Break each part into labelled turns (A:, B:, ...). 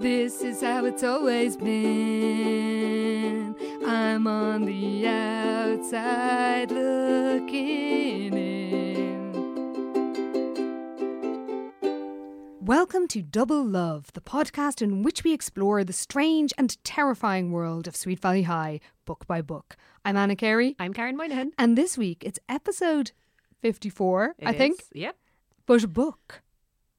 A: This is how it's always been. I'm on the outside looking in.
B: Welcome to Double Love, the podcast in which we explore the strange and terrifying world of Sweet Valley High, book by book. I'm Anna Carey.
C: I'm Karen Moynihan.
B: And this week it's episode 54,
C: It
B: I think.
C: is, Yep.
B: But a book.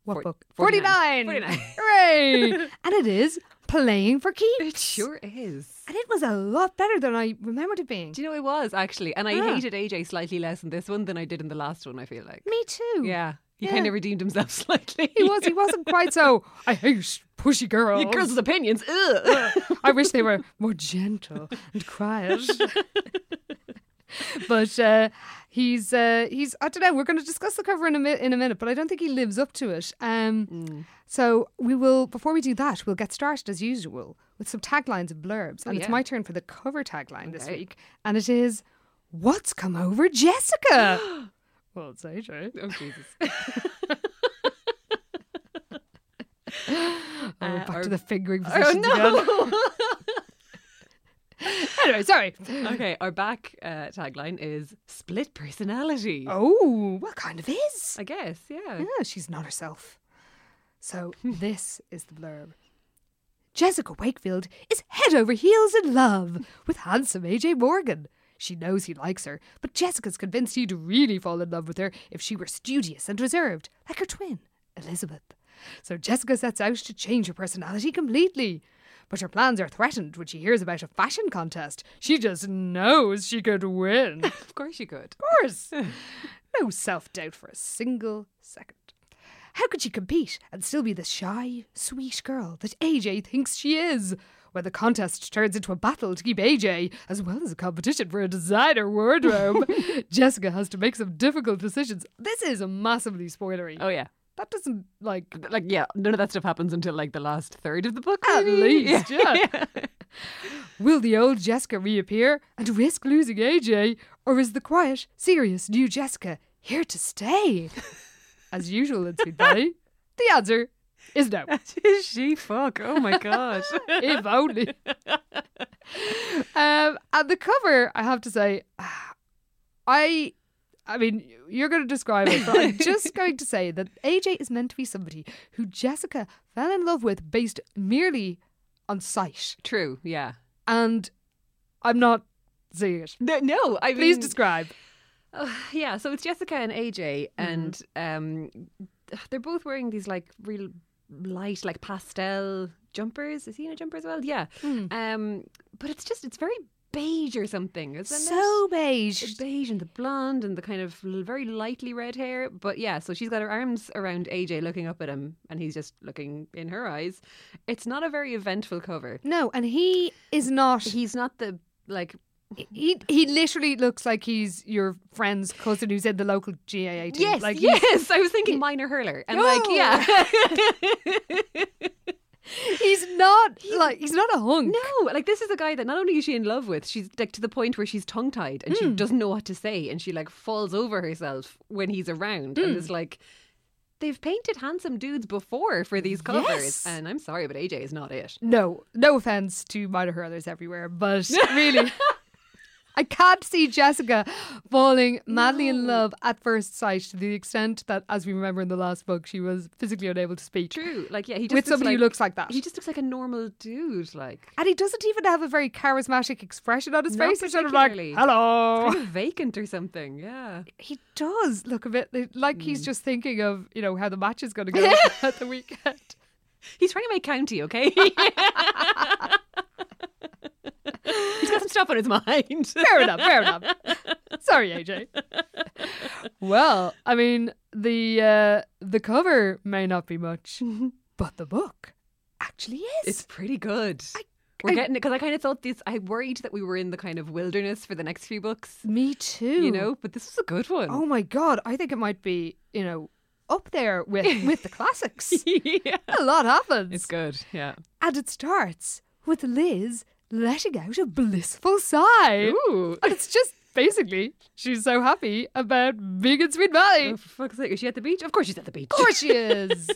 B: What
C: Fort-
B: book?
C: 49.
B: 49.
C: 49.
B: Hooray! and it is Playing for Keeps.
C: It sure is.
B: And it was a lot better than I remembered it being.
C: Do you know it was actually? And I
B: Yeah.
C: hated AJ slightly less in this one than I did in the last one, I feel like.
B: Me too.
C: Yeah. He
B: Yeah.
C: kind of redeemed himself slightly.
B: He was he wasn't quite so I hate pushy girls.
C: Your girls' opinions. Ugh.
B: I wish they were more gentle and quiet. but uh, he's uh, he's I don't know. We're going to discuss the cover in a mi- in a minute, but I don't think he lives up to it. Um,
C: Mm.
B: So we will before we do that, we'll get started as usual with some taglines and blurbs, and it's
C: Oh, yeah.
B: my turn for the cover tagline this
C: Okay.
B: week, and it is. What's come over Jessica? well, it's AJ.
C: oh Jesus.
B: Oh,
C: Uh,
B: back
C: or-
B: to the fingering
C: Oh
B: positions again.
C: no.
B: Anyway, sorry.
C: okay, our back uh, tagline is split personality.
B: Oh, what kind of is?
C: I guess, yeah.
B: Yeah, she's not herself. So this is the blurb. Jessica Wakefield is head over heels in love with handsome AJ Morgan. She knows he likes her, but Jessica's convinced he'd really fall in love with her if she were studious and reserved, like her twin, Elizabeth. So Jessica sets out to change her personality completely. But her plans are threatened when she hears about a fashion contest. She just knows she could win
C: Of course you could.
B: course. no self doubt for a single second. How could she compete and still be the shy, sweet girl that AJ thinks she is? When the contest turns into a battle to keep AJ, as well as a competition for a designer wardrobe, Jessica has to make some difficult decisions. This is massively spoilery.
C: Oh yeah.
B: That doesn't, like,
C: Like yeah, none of that stuff happens until like the last third of the book.
B: At
C: maybe.
B: least, yeah. Will the old Jessica reappear and risk losing AJ? Or is the quiet, serious new Jessica here to stay? As usual in Sweet Valley, the answer is no.
C: Is she fuck? Oh my gosh.
B: If only. um, and the cover, I have to say, ah, I. I mean, you're going to describe it, but I'm just going to say that AJ is meant to be somebody who Jessica fell in love with based merely on sight.
C: True, yeah.
B: and I'm not seeing it.
C: No, no I
B: Please
C: mean,
B: describe.
C: Uh, yeah, so it's Jessica and AJ, and um, they're both wearing these like real light, like pastel jumpers. Is he in a jumper as well? Yeah. Um, but it's just it's very beige or something, isn't it?
B: beige.
C: It's beige and the blonde and the kind of l- very lightly red hair. But yeah, so she's got her arms around AJ, looking up at him, and he's just looking in her eyes. It's not a very eventful cover.
B: No, and he is not. He,
C: He's not the like
B: he he literally looks like he's your friend's cousin who's in the local GAA team.
C: Yes,
B: like he's-
C: yes. I was thinking minor hurler, and like,
B: No.
C: yeah,
B: he's not like he's not a hunk.
C: no, like this is a guy that not only is she in love with, she's like to the point where she's tongue tied and
B: Hmm.
C: she doesn't know what to say, and she like falls over herself when he's around,
B: Hmm.
C: and is like, they've painted handsome dudes before for these covers,
B: Yes.
C: and I'm sorry, but AJ is not it.
B: No, no offense to minor hurlers everywhere, but really, I can't see Jessica falling madly in love at first sight to the extent that, as we remember in the last book, she was physically unable to speak
C: True, like yeah, he just
B: with
C: looks
B: somebody
C: like,
B: who looks like that.
C: He just looks like a normal dude, like
B: And he doesn't even have a very charismatic expression on his
C: Not
B: face. He's sort of like,
C: particularly.
B: hello.
C: kind of vacant or something. Yeah,
B: He does look a bit li- like
C: Mm.
B: he's just thinking of, you know, how the match is going to go at the weekend.
C: he's trying to make county, okay. He's got some stuff on his mind.
B: Fair enough, fair enough. Sorry, AJ. Well, I mean, the uh, the cover may not be much, But the book actually is.
C: It's pretty good. We're
B: I-
C: getting it because I kind of thought this. I worried that we were in the kind of wilderness for the next few books,
B: Me too.
C: you know. um, But this was a good one.
B: Oh my god, I think it might be, you know, up there with with the classics.
C: yeah,
B: A lot happens.
C: it's good. Yeah.
B: And it starts with Liz letting out a blissful sigh.
C: Ooh.
B: And it's just basically she's so happy about being in Sweet Valley.
C: Oh, for fuck's sake, is she at the beach? Of course she's at the beach.
B: Of course she is.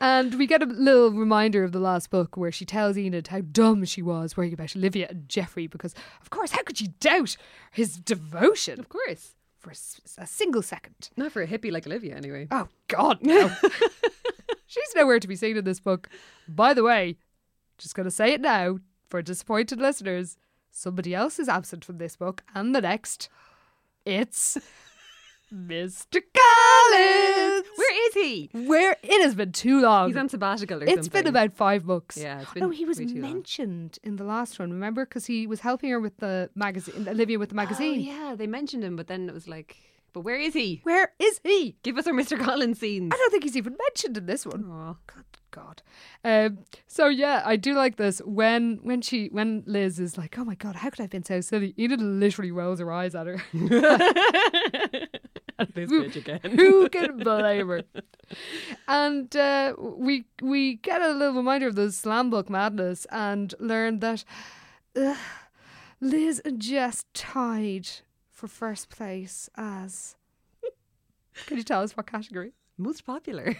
B: and we get a little reminder of the last book where she tells Enid how dumb she was worrying about Olivia and Jeffrey because, of course, how could she doubt his devotion
C: Of course.
B: for s- a single second?
C: Not for a hippie like Olivia, anyway.
B: Oh, God, no. She's nowhere to be seen in this book. By the way, just going to say it now for disappointed listeners somebody else is absent from this book and the next. It's Mr. Collins.
C: Where is he?
B: Where it has been too long.
C: He's on sabbatical or
B: It's
C: something.
B: been about five books.
C: Yeah, it's been
B: No, he was
C: way too long.
B: mentioned in the last one, remember? Because he was helping her with the magazine, Olivia with the
C: Oh,
B: magazine.
C: yeah, they mentioned him, but then it was like, but where is he?
B: Where is he?
C: Give us our Mr. Collins scenes.
B: I don't think he's even mentioned in this one.
C: Aw.
B: Good God. Um, so yeah, I do like this when when she when Liz is like, oh my God, how could I have been so silly? Enid literally rolls her eyes at her.
C: this
B: Who-
C: bitch again.
B: Who can blame her? And uh, we we get a little reminder of the slam book madness and learn that uh, Liz and Jess tied for first place as. Can you tell us what category?
C: Most popular.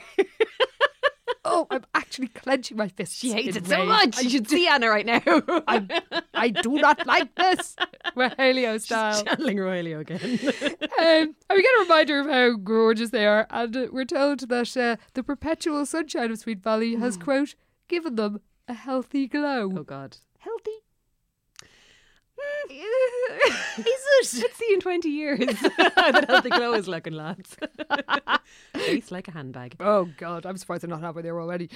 B: Oh, I'm actually clenching my fists.
C: She hates
B: in
C: it so
B: rage.
C: much. You should see Anna right now. I'm
B: I do not like this. We're Helio style.
C: channeling Roylio again.
B: um, and we get a reminder of how gorgeous they are, and uh, we're told that uh, the perpetual sunshine of Sweet Valley has, quote, given them a healthy glow.
C: oh God.
B: Healthy?
C: is it? Let's see in 20 years. that healthy glow is looking, lads. Face like a handbag.
B: Oh, God, I'm surprised they're not halfway there already.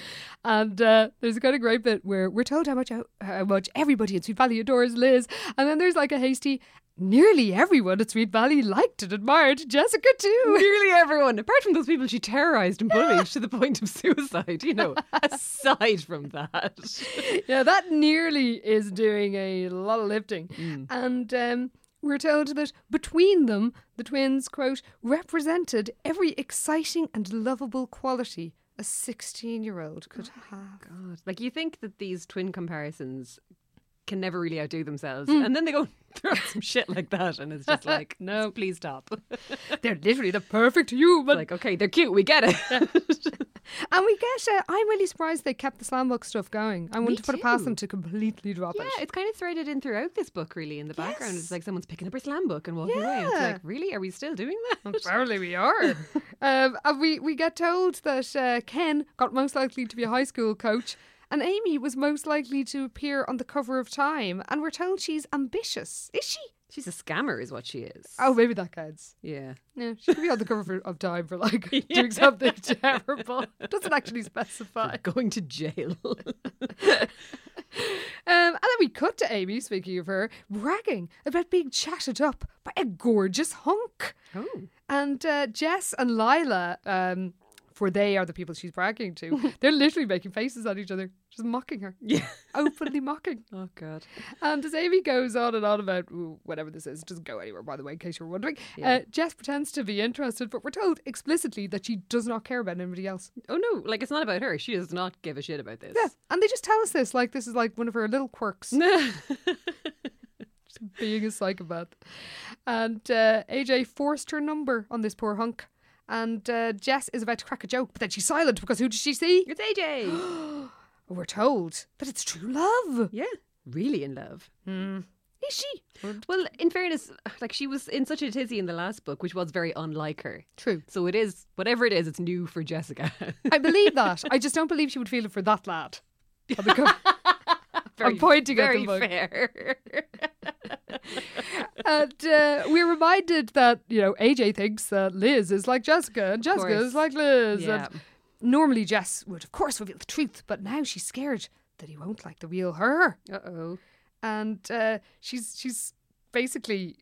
B: And uh, there's a kind of great bit where we're told how much, how, how much everybody in Sweet Valley adores Liz, and then there's like a hasty, nearly everyone at Sweet Valley liked and admired Jessica too.
C: Nearly everyone, apart from those people she terrorised and bullied to the point of suicide, you know, aside from that.
B: yeah, that nearly is doing a lot of lifting. And um, we're told that between them, the twins, quote, represented every exciting and lovable quality a 16 year old could have.
C: God. Like, you think that these twin comparisons can never really outdo themselves. And then they go throw some shit like that. And it's just like, no, please stop.
B: They're literally the perfect human.
C: like, okay, they're cute. We get it.
B: and we get, uh, I'm really surprised they kept the slam book stuff going. I wouldn't put it past
C: too.
B: them to completely drop
C: Yeah,
B: it.
C: it's kind of threaded in throughout this book, really. In the background,
B: Yes.
C: it's like someone's picking up her slam book and walking away. It's
B: Yeah.
C: like, really? Are we still doing that?
B: Apparently we are. um, and we, we get told that uh, Ken got most likely to be a high school coach and Amy was most likely to appear on the cover of Time. And we're told she's ambitious. Is she?
C: She's a scammer, is what she is.
B: Oh, maybe that counts.
C: yeah.
B: Yeah, she could be on the cover for- of Time for like doing something terrible. Doesn't actually specify.
C: Going to jail.
B: Um, and then we cut to Amy, speaking of her, bragging about being chatted up by a gorgeous hunk.
C: oh.
B: And uh, Jess and Lila, um, for they are the people she's bragging to, they're literally making faces at each other, just mocking her,
C: Yeah.
B: openly mocking.
C: Oh, God.
B: And as Amy goes on and on about ooh, whatever this is, it doesn't go anywhere, by the way, in case you were wondering, uh, Jess pretends to be interested, but we're told explicitly that she does not care about anybody else.
C: Oh, no. Like, it's not about her. She does not give a shit about this.
B: Yeah, and they just tell us this, like this is like one of her little quirks. being a psychopath. And uh, AJ forced her number on this poor hunk. And uh, Jess is about to crack a joke, but then she's silent because who does she see?
C: It's AJ.
B: We're told that it's true love.
C: yeah. Really in love.
B: Is she?
C: Well, in fairness, like, she was in such a tizzy in the last book, which was very unlike her.
B: True.
C: So it is, whatever it is, it's new for Jessica.
B: I believe that. I just don't believe she would feel it for that lad. On the cover.
C: Very-
B: pointing at the
C: very
B: book.
C: fair.
B: and uh, we're reminded that, you know, AJ thinks that Liz is like Jessica and Jessica
C: course.
B: is like Liz.
C: Yeah.
B: And normally Jess would, of course, reveal the truth, but now she's scared that he won't like the real her.
C: Uh oh.
B: and uh, she's she's basically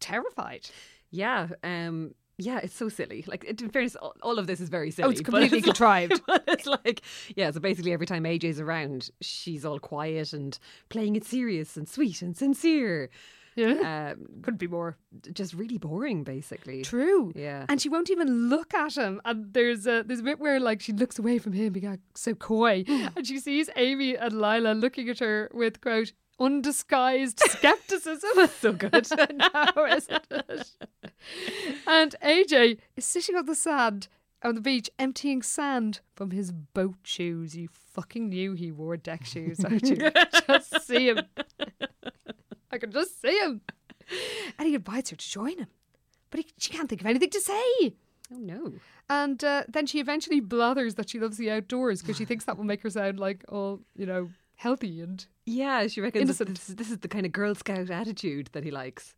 B: terrified.
C: Yeah, um, yeah, it's so silly. Like, it, in fairness, all, all of this is very silly.
B: Oh, it's
C: but
B: completely
C: like-
B: contrived.
C: but it's like, yeah, so basically every time AJ's around, she's all quiet and playing it serious and sweet and sincere.
B: Yeah.
C: Um,
B: Couldn't be more
C: just really boring, basically.
B: true.
C: Yeah.
B: And she won't even look at him. And there's a there's a bit where like she looks away from him, being like so coy, and she sees Amy and Lila looking at her with quote undisguised skepticism. so good. no, isn't it? And AJ is sitting on the sand on the beach, emptying sand from his boat shoes. You fucking knew he wore deck shoes. I could just see him. I can just see him. And he invites her to join him, but he, she can't think of anything to say.
C: Oh, no.
B: And uh, then she eventually blathers that she loves the outdoors because she thinks that will make her sound like all you know healthy and
C: Yeah, she reckons that
B: Innocent.
C: this, this is the kind of Girl Scout attitude that he likes.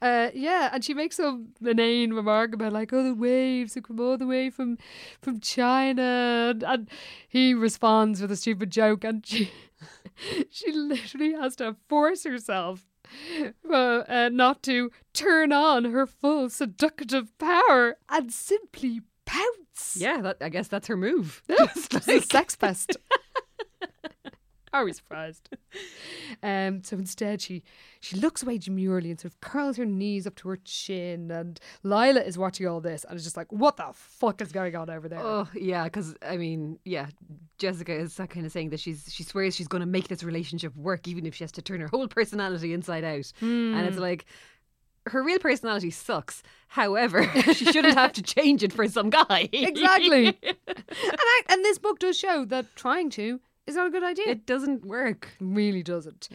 B: Uh, yeah, and she makes some inane remark about like, oh, the waves have come all the way from from China, and, and he responds with a stupid joke, and she she literally has to force herself uh, uh, not to turn on her full seductive power and simply pounce.
C: Yeah, that, I guess that's her move.
B: It's a sex fest. Are we surprised? Um, so instead, she she looks away demurely and sort of curls her knees up to her chin. And Lila is watching all this and is just like, "What the fuck is going on over there?"
C: Oh yeah, because I mean, yeah, Jessica is that kind of saying that she's she swears she's going to make this relationship work, even if she has to turn her whole personality inside out.
B: Hmm.
C: And it's like her real personality sucks. However, she shouldn't have to change it for some guy.
B: Exactly. and I, and this book does show that trying to is not a good idea.
C: it doesn't work.
B: really doesn't.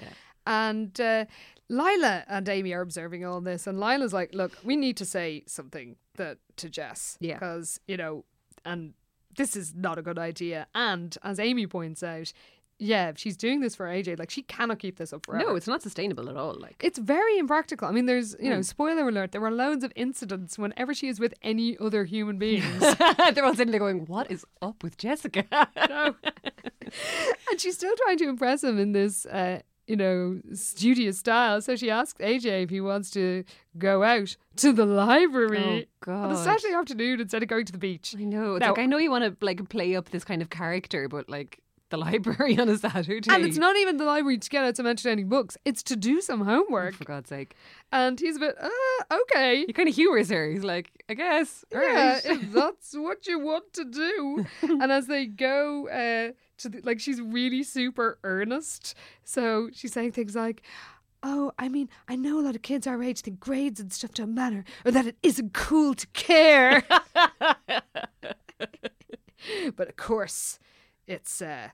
B: And uh, Lila and Amy are observing all this, and Lila's like, "Look, we need to say something that to Jess,
C: Yeah.
B: because you know, and this is not a good idea." And as Amy points out, yeah, if she's doing this for AJ, like she cannot keep this up forever.
C: No, it's Mm. not sustainable at all. Like
B: It's very impractical. I mean, there's, you know, spoiler alert, there were loads of incidents whenever she is with any other human beings.
C: they're all sitting there going, "What is up with Jessica?" Oh,
B: no. and she's still trying to impress him in this, uh, you know, studious style. So she asks AJ if he wants to go out to the library
C: Oh,
B: on a
C: God.
B: Saturday afternoon instead of going to the beach.
C: I know. It's
B: No.
C: like I know you want to like play up this kind of character, but like the library on a Saturday,
B: And it's not even the library to get out some entertaining books. It's to do some homework.
C: Oh, for God's sake.
B: And he's a bit, uh, okay.
C: He kind of humors her. He's like, I guess. all
B: Yeah,
C: right."
B: if that's what you want to do. and as they go uh, to the, like, she's really super earnest. So she's saying things like, Oh, I mean, I know a lot of kids our age think grades and stuff don't matter, or that it isn't cool to care. but of course, it's uh,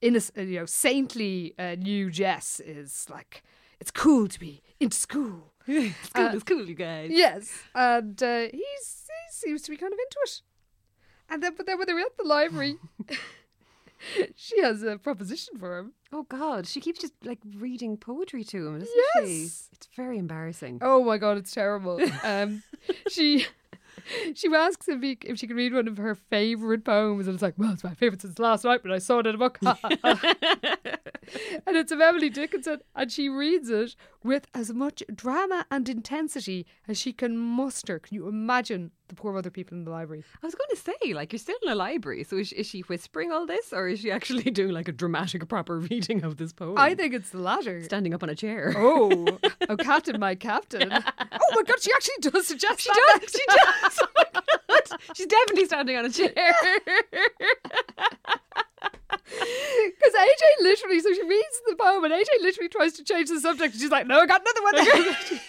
B: innocent, you know, saintly uh, new Jess is like, it's cool to be into school.
C: It's cool. it's cool, you guys.
B: Yes, and uh, he's, he seems to be kind of into it. And then, but then when they're at the library, she has a proposition for him.
C: Oh God, she keeps just like reading poetry to him, doesn't she?
B: Yes.
C: It's very embarrassing.
B: Oh my god, it's terrible. Um, she she asks if, he, if she can read one of her favorite poems, and it's like, well, it's my favorite since last night when I saw it in a book. and it's of Emily Dickinson, and she reads it with as much drama and intensity as she can muster. Can you imagine the poor other people in the library?
C: I was going to say, like, you're still in a library, so is, is she whispering all this, or is she actually doing like a dramatic, proper reading of this poem?
B: I think it's the latter.
C: standing up on a chair.
B: Oh, oh, Captain, my Captain. Oh my God, she actually does suggest
C: She
B: that.
C: does. She does. Oh my God. She's definitely standing on a chair.
B: Because AJ literally, so she reads the poem and AJ literally tries to change the subject and she's like, no, I got another one.
C: You ready-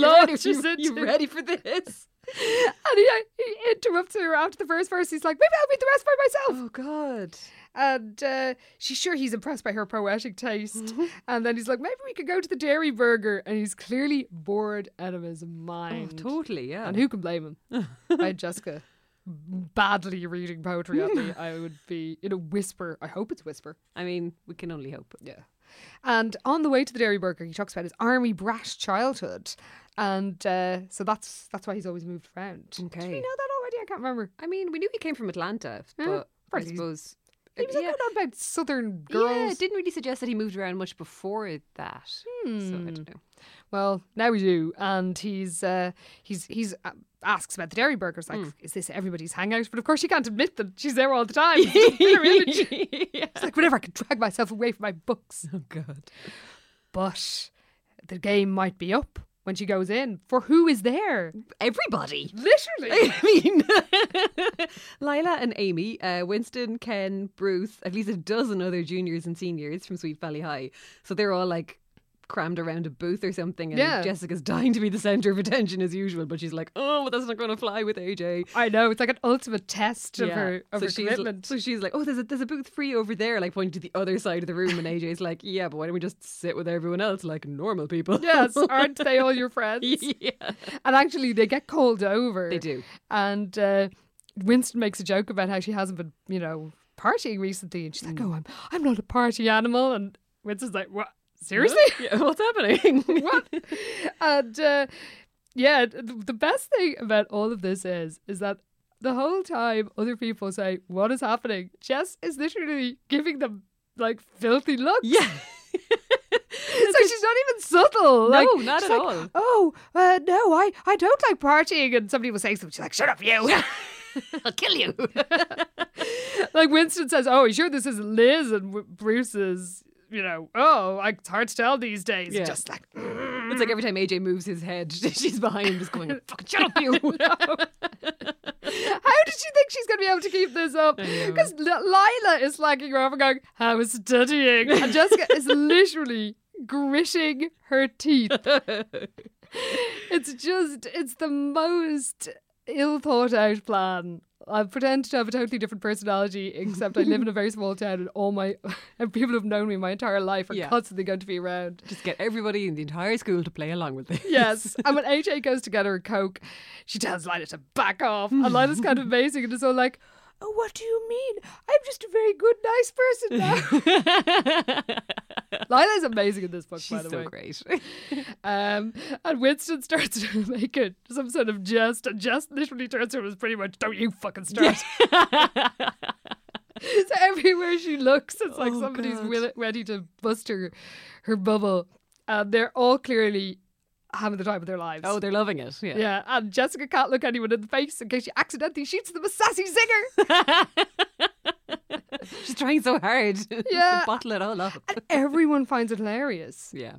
B: Launches
C: you,
B: into
C: you ready for this?
B: And he, uh, he interrupts her after the first verse. He's like, maybe I'll read the rest by myself.
C: Oh God.
B: And uh, she's sure he's impressed by her poetic taste.
C: Mm-hmm.
B: And then he's like, maybe we could go to the dairy burger. And he's clearly bored out of his
C: Oh,
B: mind.
C: totally. Yeah.
B: And who can blame him? I had Jessica badly reading poetry at me. I would be in a whisper. I hope it's whisper.
C: I mean, we can only hope.
B: Yeah. And on the way to the Dairy Burger, he talks about his army brash childhood, and uh, so that's that's why he's always moved around.
C: Okay.
B: Did we know that already? I can't remember.
C: I mean, we knew he came from Atlanta,
B: Yeah,
C: but I
B: probably.
C: suppose
B: He was
C: Uh,
B: like
C: yeah.
B: going on about southern
C: Yeah,
B: girls.
C: it didn't really suggest that he moved around much before that. So I don't know.
B: Well, now we do, and he's uh, he's he's uh, asks about the dairy burgers, like,
C: Hmm.
B: is this everybody's hangout? But of course, she can't admit that she's there all the time. It's her image. It's like, whenever I can drag myself away from my books.
C: Oh god.
B: But the game might be up when she goes in. For who is there?
C: Everybody.
B: Literally.
C: I mean, Lila and Amy, uh, Winston, Ken, Bruce, at least a dozen other juniors and seniors from Sweet Valley High. So they're all like crammed around a booth or something. And
B: Yeah.
C: Jessica's dying to be the center of attention as usual, but she's like, oh, but that's not going to fly with AJ.
B: I know. It's like an ultimate test of her, of
C: so
B: her
C: she's l-
B: commitment.
C: so she's like, "Oh, there's a there's a booth free over there," like pointing to the other side of the room, and AJ's like, "Yeah, but why don't we just sit with everyone else like normal people?"
B: yes, aren't they all your friends?
C: yeah,
B: And actually, they get called over.
C: they do.
B: And uh, Winston makes a joke about how she hasn't been, you know, partying recently, and she's like,
C: Hmm.
B: "Oh, I'm I'm not a party animal." And Winston's like, "What? Seriously?"
C: Yeah, what's happening?
B: what? And uh, yeah, th- the best thing about all of this is is that the whole time other people say, "What is happening?" Jess is literally giving them like filthy looks.
C: Yeah.
B: So she's not even subtle. Like,
C: no, not
B: she's
C: at
B: like,
C: all.
B: Oh uh, no, I I don't like partying. And somebody will say something. She's like, "Shut up, you!"
C: I'll kill you.
B: like Winston says, "Oh, you sure this is Liz and w- Bruce's?" You know, oh, like, it's hard to tell these days.
C: Yeah.
B: Just like "Mm."
C: it's like every time AJ moves his head, she's behind him just going, fucking shut up, you.
B: How did she think she's going to be able to keep this up? Because Lila is slacking her off and going, I was studying. And Jessica is literally gritting her teeth. It's just, it's the most ill thought out plan. I pretend to have a totally different personality, except I live in a very small town and all my and people who've known me my entire life are
C: Yeah.
B: constantly going to be around.
C: just get everybody in the entire school to play along with this.
B: Yes. and when AJ goes to get her a Coke, she tells Lila to back off. And Lila's kind of amazing and it's all like, Oh, what do you mean? I'm just a very good, nice person now. Lila's amazing in this book, by
C: She's
B: the
C: so
B: way.
C: great.
B: Um, and Winston starts to make it some sort of jest, and Jess literally turns to him as pretty much, Don't you fucking start. so everywhere she looks, it's like
C: Oh,
B: somebody's
C: God.
B: will- ready to bust her, her bubble. And they're all clearly having the time of their lives.
C: Oh, they're loving it. Yeah.
B: Yeah, and Jessica can't look anyone in the face in case she accidentally shoots them a sassy zinger.
C: She's trying so hard
B: Yeah.
C: to bottle it all up.
B: Everyone finds it hilarious,
C: Yeah.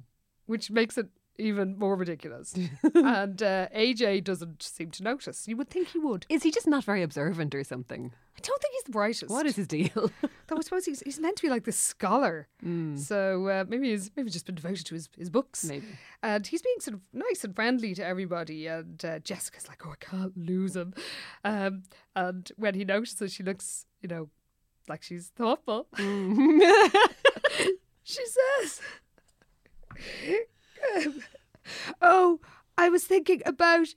B: which makes it even more ridiculous. and uh, AJ doesn't seem to notice. You would think he would.
C: Is he just not very observant or something?
B: I don't think he's the brightest.
C: What is his deal?
B: Though I suppose he's, he's meant to be like this scholar. So uh, maybe he's maybe just been devoted to his, his books.
C: Maybe.
B: And he's being sort of nice and friendly to everybody. And uh, Jessica's like, oh, I can't lose him. Um, and when he notices, she looks, you know, like she's thoughtful. she says, um, "Oh, I was thinking about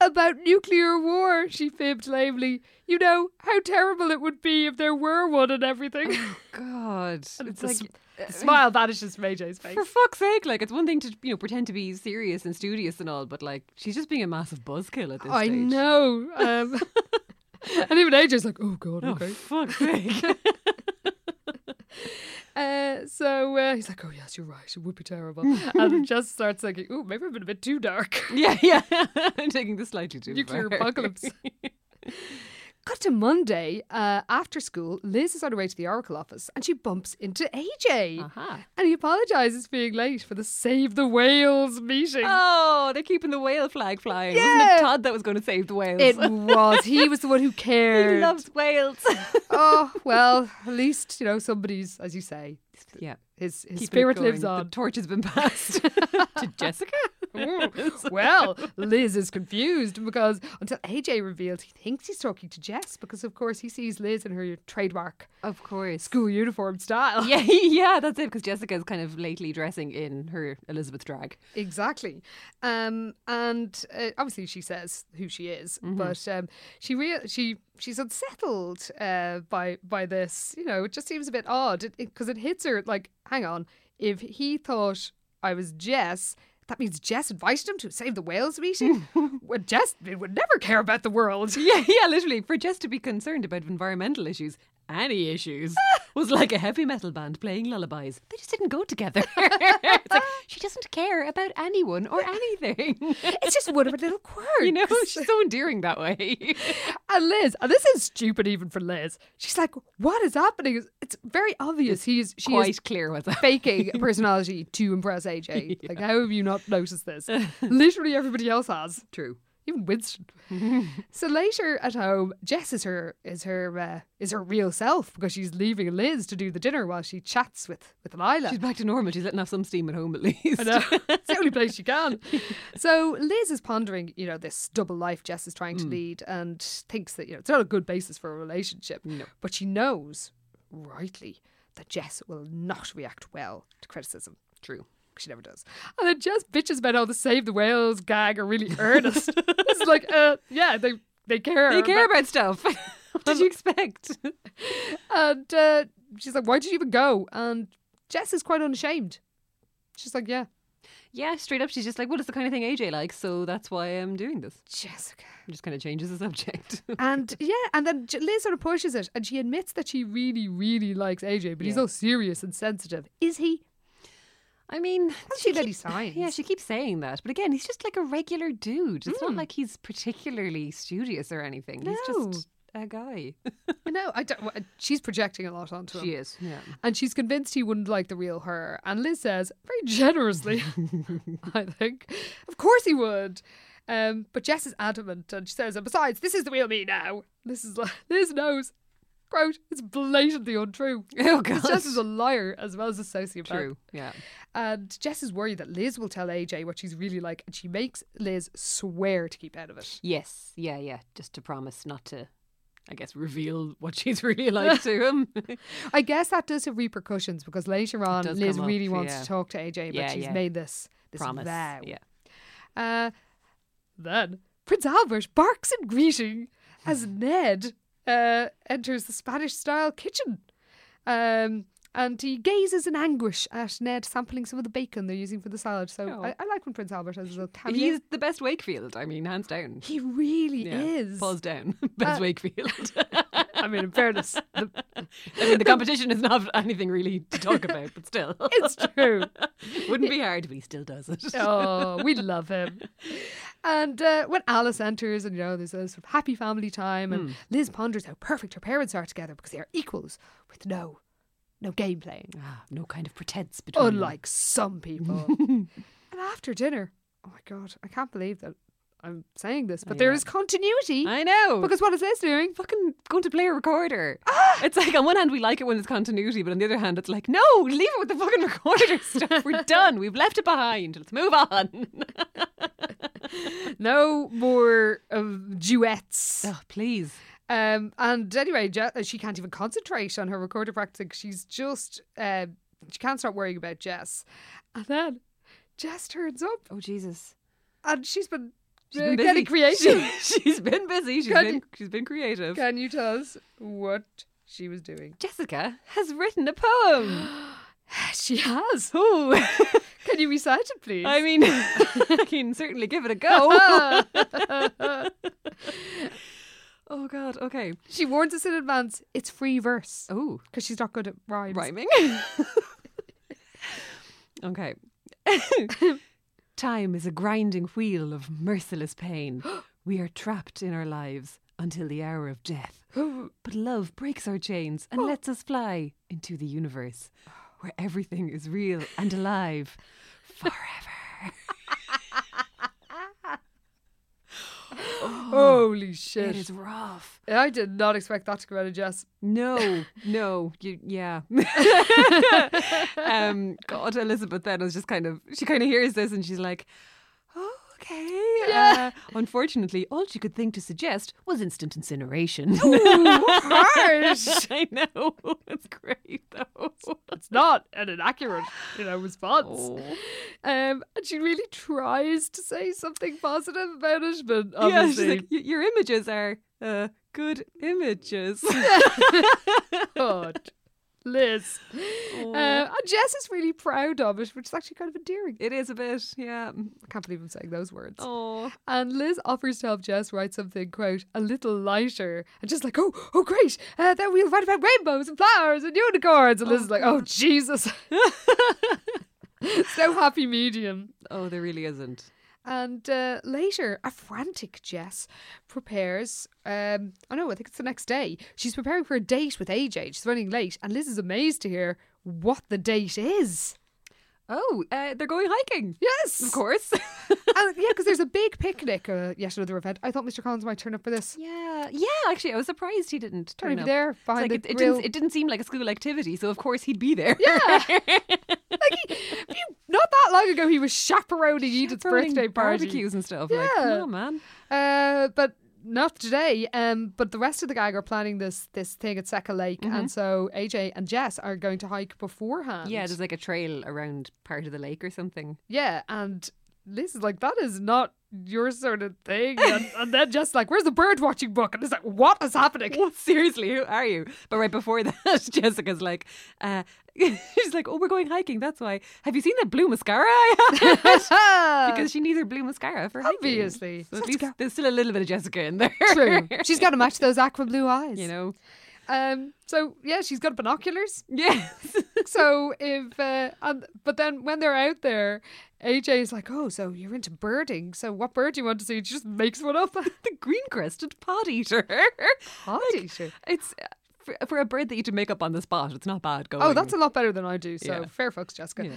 B: about nuclear war." She fibbed lamely. You know how terrible it would be if there were one and everything. uh,
C: God. It's
B: the
C: like.
B: s- the smile vanishes from AJ's face.
C: For fuck's sake, like it's one thing to you know pretend to be serious and studious and all, but like she's just being a massive buzzkill at this
B: I
C: stage.
B: know. Um, and even AJ's like, "Oh God,
C: Oh,
B: okay."
C: fuck's sake.
B: Uh, so uh, he's like, "Oh yes, you're right. It would be terrible." and just starts thinking, "Oh, maybe I've been a bit too dark."
C: yeah, yeah. I'm taking this slightly too
B: nuclear
C: far.
B: apocalypse. Cut to Monday uh, after school. Liz is on her way to the Oracle office, and she bumps into AJ,
C: Aha.
B: and he apologizes for being late for the Save the Whales meeting.
C: Oh, they're keeping the whale flag flying. Wasn't
B: Yeah.
C: it Todd that was going to save the whales?
B: It was. He was the one who
C: he
B: cared.
C: loves whales.
B: oh well, at least you know somebody's, as you say,
C: yeah.
B: his his
C: keeping it
B: spirit lives
C: going.
B: on.
C: The torch has been passed to Jessica.
B: Ooh. well, Liz is confused because until AJ reveals he thinks he's talking to Jess because, of course, he sees Liz in her trademark
C: Of course.
B: school uniform style.
C: Yeah, yeah, that's it. Because Jessica is kind of lately dressing in her Elizabeth drag.
B: Exactly. Um, and uh, obviously she says who she is,
C: Mm-hmm.
B: but um, she real she she's unsettled uh, by by this. You know, it just seems a bit odd because it, hits her like, hang on, if he thought I was Jess. That means Jess invited him to save the whales meeting. well, Jess would never care about the world.
C: Yeah, yeah, literally. For Jess to be concerned about environmental issues any issues was like a heavy metal band playing lullabies. They just didn't go together. it's like she doesn't care about anyone or anything.
B: It's just one of her little quirks.
C: You know, she's so endearing that way.
B: And Liz, and this is stupid even for Liz. She's like, "What is happening?" It's- It's very obvious. He is she
C: Quite
B: is
C: clear with that.
B: faking a personality to impress AJ. Like, how have you not noticed this? Literally everybody else has.
C: True.
B: Even Winston. so later at home, Jess is her is her uh, is her real self because she's leaving Liz to do the dinner while she chats with with Lila.
C: She's back to normal. She's letting off some steam at home at least.
B: I know. it's the only place she can. So Liz is pondering, you know, this double life Jess is trying to
C: Hmm.
B: lead and thinks that, you know, it's not a good basis for a relationship.
C: No.
B: But she knows, rightly, that Jess will not react well to criticism.
C: True.
B: She never does. And then Jess bitches about all the Save the Whales gag are really earnest. it's like, uh, yeah, they, they care.
C: They care about stuff. what did you expect?
B: And uh, she's like, why did you even go? And Jess is quite unashamed. She's like, yeah,
C: yeah, straight up, she's just like, well, it's the kind of thing AJ likes, so that's why I'm doing this.
B: Jessica.
C: It just kind of changes the subject.
B: And yeah, and then J- Liz sort of pushes it, and she admits that she really, really likes AJ, but he's
C: Yeah.
B: all serious and sensitive. Is he?
C: I mean,
B: seen any signs.
C: Yeah, she keeps saying that, but again, he's just like a regular dude. It's not like he's particularly studious or anything. He's just a guy.
B: I know. I don't. well, She's projecting a lot onto him,
C: is. Yeah.
B: and she's convinced he wouldn't like the real her. And Liz says very generously, I think, of course he would. Um, but Jess is adamant, and she says, and besides, this is the real me now. This is like, Liz knows. Quote, it's blatantly untrue.
C: Oh god.
B: Jess is a liar as well as a sociopath.
C: True. Yeah.
B: And Jess is worried that Liz will tell AJ what she's really like, and she makes Liz swear to keep out of it.
C: Yes. Yeah. Yeah. Just to promise not to, I guess, reveal what she's really like to him.
B: I guess that does have repercussions because later on,
C: does
B: Liz
C: come up,
B: really wants
C: yeah.
B: to talk to AJ, but
C: Yeah,
B: she's
C: yeah.
B: made this this
C: promise.
B: vow.
C: Yeah.
B: Uh, then Prince Albert barks in greeting as Ned uh, enters the Spanish-style kitchen, um, and he gazes in anguish at Ned sampling some of the bacon they're using for the salad. So
C: Oh.
B: I, I like when Prince Albert has a little cameo.
C: He's the best Wakefield. I mean, hands down.
B: he really
C: Yeah.
B: is.
C: Pause down.
B: Uh,
C: Best Wakefield.
B: I mean, in fairness, the,
C: I mean, the competition is not anything really to talk about, but still,
B: it's true.
C: wouldn't be hard, but he still does it.
B: Oh, we love him. And uh, when Alice enters, and you know, there's a sort of happy family time, and Liz ponders how perfect her parents are together because they are equals with no, no game playing,
C: Ah, no kind of pretense between them.
B: unlike some people. and after dinner, oh my god, I can't believe that I'm saying this, but there
C: yeah.
B: is continuity
C: I know.
B: because what is Liz doing?
C: fucking going to play a recorder. It's like on one hand we like it when it's continuity, but on the other hand it's like no, leave it with the fucking recorder stuff. We're done. We've left it behind. Let's move on.
B: No more um, duets.
C: oh, please.
B: Um, and anyway, Je- she can't even concentrate on her recorder practice. She's just, uh, she can't stop worrying about Jess. And then Jess turns up
C: Oh Jesus.
B: and she's been,
C: She's
B: uh,
C: been busy.
B: getting creative.
C: She, has been busy. She's
B: Can
C: been
B: you-
C: she's been creative.
B: Can you tell us what she was doing?
C: Jessica has written a poem.
B: She has.
C: Ooh.
B: Can you recite it, please?
C: I mean, I can certainly give it a go.
B: mean,
C: oh God. Okay.
B: she warns us in advance it's free verse
C: Oh,
B: because she's not good at rhymes.
C: rhyming. okay. Time is a grinding wheel of merciless pain. We are trapped in our lives until the hour of death. But love breaks our chains and lets us fly into the universe where everything is real and alive forever.
B: Holy
C: it
B: shit.
C: is rough.
B: I did not expect that to come out of Jess.
C: No, no, you, yeah. um, God, Elizabeth then was just kind of, she kind of hears this and she's like, oh, okay.
B: Yeah.
C: Uh, unfortunately, all she could think to suggest was instant incineration.
B: Harsh!
C: I know. It's great, though.
B: it's not an inaccurate, you know, response.
C: Oh.
B: Um, and she really tries to say something positive about it, but
C: Yeah, she's
B: obviously,
C: like, "Y- your images are uh, good images.
B: God. Liz. Uh, and Jess is really proud of it, which is actually kind of endearing.
C: It is a bit, yeah.
B: I can't believe I'm saying those words.
C: Oh,
B: And Liz offers to help Jess write something, quote, a little lighter. And just like, oh, oh, great. Uh, then we'll write about rainbows and flowers and unicorns. And Liz is like, oh, Jesus. so happy medium.
C: oh, there really isn't.
B: And uh, later, a frantic Jess prepares. Um, I know, I think it's the next day. She's preparing for a date with AJ. She's running late, and Liz is amazed to hear what the date is.
C: Oh, uh, they're going hiking.
B: Yes,
C: Of course.
B: And, Oh, yeah, because there's a big picnic. Uh, yet another event. I thought Mr. Collins might turn up for this.
C: yeah, yeah. Actually, I was surprised he didn't turn
B: Turn
C: up.
B: up there
C: It's
B: behind
C: like
B: the
C: it, it
B: grill.
C: didn't. It didn't seem like a school activity, so of course he'd be there.
B: Yeah, like he, he- not that long ago, he was chaperoning Edith's
C: Burning
B: birthday party.
C: barbecues and stuff. Like,
B: Yeah.
C: no man.
B: Uh, but not today. Um, but the rest of the gang are planning this this thing at Seca Lake,
C: Mm-hmm.
B: and so AJ and Jess are going to hike beforehand.
C: Yeah, there's like a trail around part of the lake or something.
B: yeah, and Liz is like, that is not your sort of thing. And, and then Jess is like, where's the bird watching book? And it's like, what is happening?
C: What? Seriously, who are you? But right before that, Jessica's like, uh, she's like, oh, we're going hiking. That's why. Have you seen that blue mascara I have? because she needs her blue mascara for hiking.
B: Ah, Obviously.
C: So at
B: Let's
C: least
B: go.
C: there's still a little bit of Jessica in there.
B: True. She's got to match those aqua blue eyes.
C: you know.
B: Um. So yeah, she's got binoculars.
C: Yes.
B: so if uh, and, but then when they're out there AJ is like oh so you're into birding so what bird do you want to see she just makes one up
C: the green crested pot eater.
B: Pot eater?
C: It's uh, for, for a bird that you can make up on the spot. It's not bad going.
B: oh that's a lot better than I do so
C: Yeah.
B: fair fucks Jessica
C: Yeah.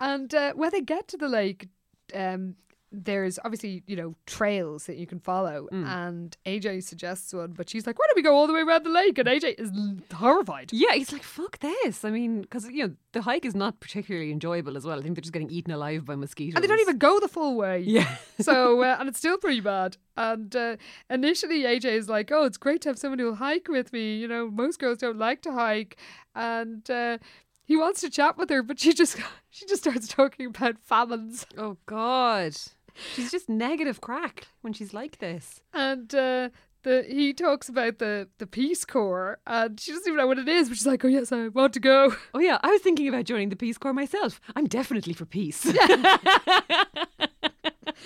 B: and uh, when they get to the lake um there's obviously you know trails that you can follow
C: Mm.
B: and AJ suggests one but she's like why don't we go all the way around the lake and AJ is l- horrified
C: Yeah, he's like, fuck this. I mean, because, you know, the hike is not particularly enjoyable as well. I think they're just getting eaten alive by mosquitoes.
B: and they don't even go the full way
C: Yeah.
B: So, uh, and it's still pretty bad. And uh, initially, AJ is like, oh, it's great to have someone who'll hike with me. You know, most girls don't like to hike. And uh, he wants to chat with her, but she just she just starts talking about famines.
C: Oh, God. She's just negative crack when she's like this.
B: And uh, the he talks about the, the Peace Corps, and she doesn't even know what it is, but she's like, oh, yes, I want to go.
C: Oh, yeah, I was thinking about joining the Peace Corps myself. I'm definitely for peace.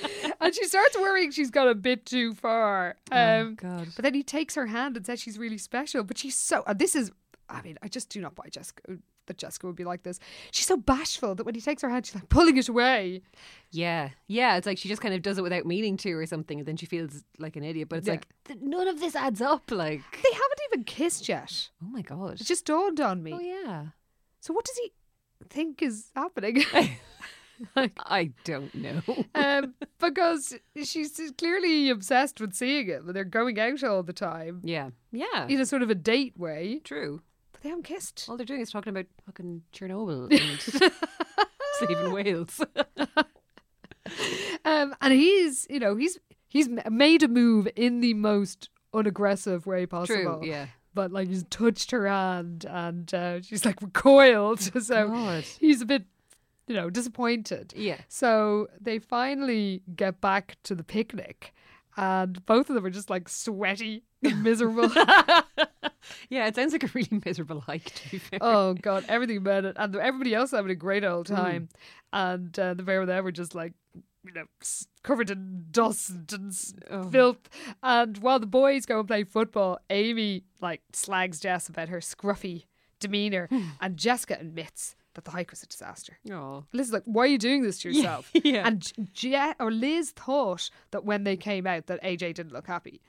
B: Um, And she starts worrying she's gone a bit too far. Um,
C: Oh, God.
B: But then he takes her hand and says she's really special. But she's so. And this is. I mean, I just do not buy Jessica. That Jessica would be like this. She's so bashful that when he takes her hand, she's like pulling it away.
C: Yeah, yeah. It's like she just kind of does it without meaning to or something, and then she feels like an idiot. But it's
B: Yeah.
C: like th- none of this adds up. Like,
B: They haven't even kissed yet.
C: oh my god.
B: It just dawned on me.
C: Oh yeah.
B: So what does he think is happening?
C: I don't know.
B: um, because she's clearly obsessed with seeing him. and They're going out all the time
C: yeah, yeah.
B: in a sort of a date way,
C: True.
B: but they haven't kissed.
C: All they're doing is talking about fucking Chernobyl and saving Wales.
B: Um, and he's, you know, he's he's m- made a move in the most unaggressive way possible.
C: yeah.
B: But like he's touched her hand, and uh, she's like recoiled. so
C: God.
B: he's a bit, you know, disappointed.
C: Yeah.
B: So they finally get back to the picnic, and both of them are just like sweaty, and miserable.
C: Yeah, it sounds like a really miserable hike. To be fair.
B: oh god, everything about it, and everybody else having a great old
C: Mm.
B: time, and uh, the pair of them were just like, you know, s- covered in dust and s-
C: Oh.
B: filth. And while the boys go and play football, Amy like slags Jess about her scruffy demeanor,
C: Hmm.
B: and Jessica admits that the hike was a disaster.
C: Oh.
B: Liz is like, why are you doing this to yourself?
C: yeah.
B: And J- Je- or Liz thought that when they came out that AJ didn't look happy.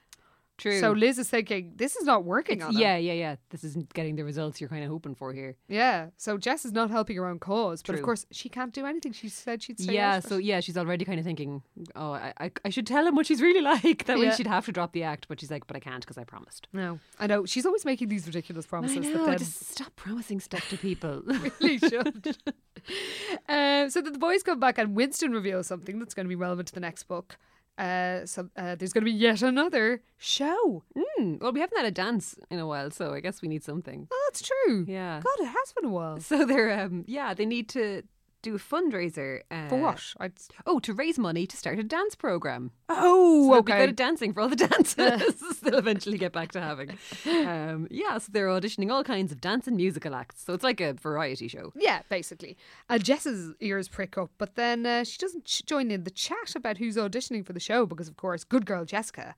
C: True.
B: So Liz is thinking, this is not working on him.
C: yeah, yeah, yeah. This isn't getting the results you're kind of hoping for here.
B: Yeah. So Jess is not helping her own cause, but of
C: True.
B: course she can't do anything. She said she'd say
C: yeah,
B: yes,
C: so
B: but-
C: yeah, she's already kind of thinking, oh, I, I, I should tell him what she's really like. That way
B: Yeah.
C: she'd have to drop the act, but she's like, but I can't because I promised.
B: no, I know she's always making these ridiculous promises. that then
C: just stop promising stuff to people.
B: really should. um, so that the boys come back and Winston reveals something that's going to be relevant to the next book. Uh, so uh, there's going to be yet another show.
C: Hmm, well, we haven't had a dance in a while, so I guess we need something.
B: Oh, that's true.
C: Yeah.
B: God, it has been a while.
C: So they're, um, yeah, they need to. do a fundraiser uh,
B: For what? I'd...
C: Oh, to raise money to start a dance program.
B: Oh,
C: So they'll be
B: okay.
C: good at dancing for all the dances they'll eventually get back to having. Um, yeah, so they're auditioning all kinds of dance and musical acts. So it's like a variety show.
B: Yeah, basically. Uh, Jess's ears prick up, but then uh, she doesn't ch- join in the chat about who's auditioning for the show because, of course, good girl Jessica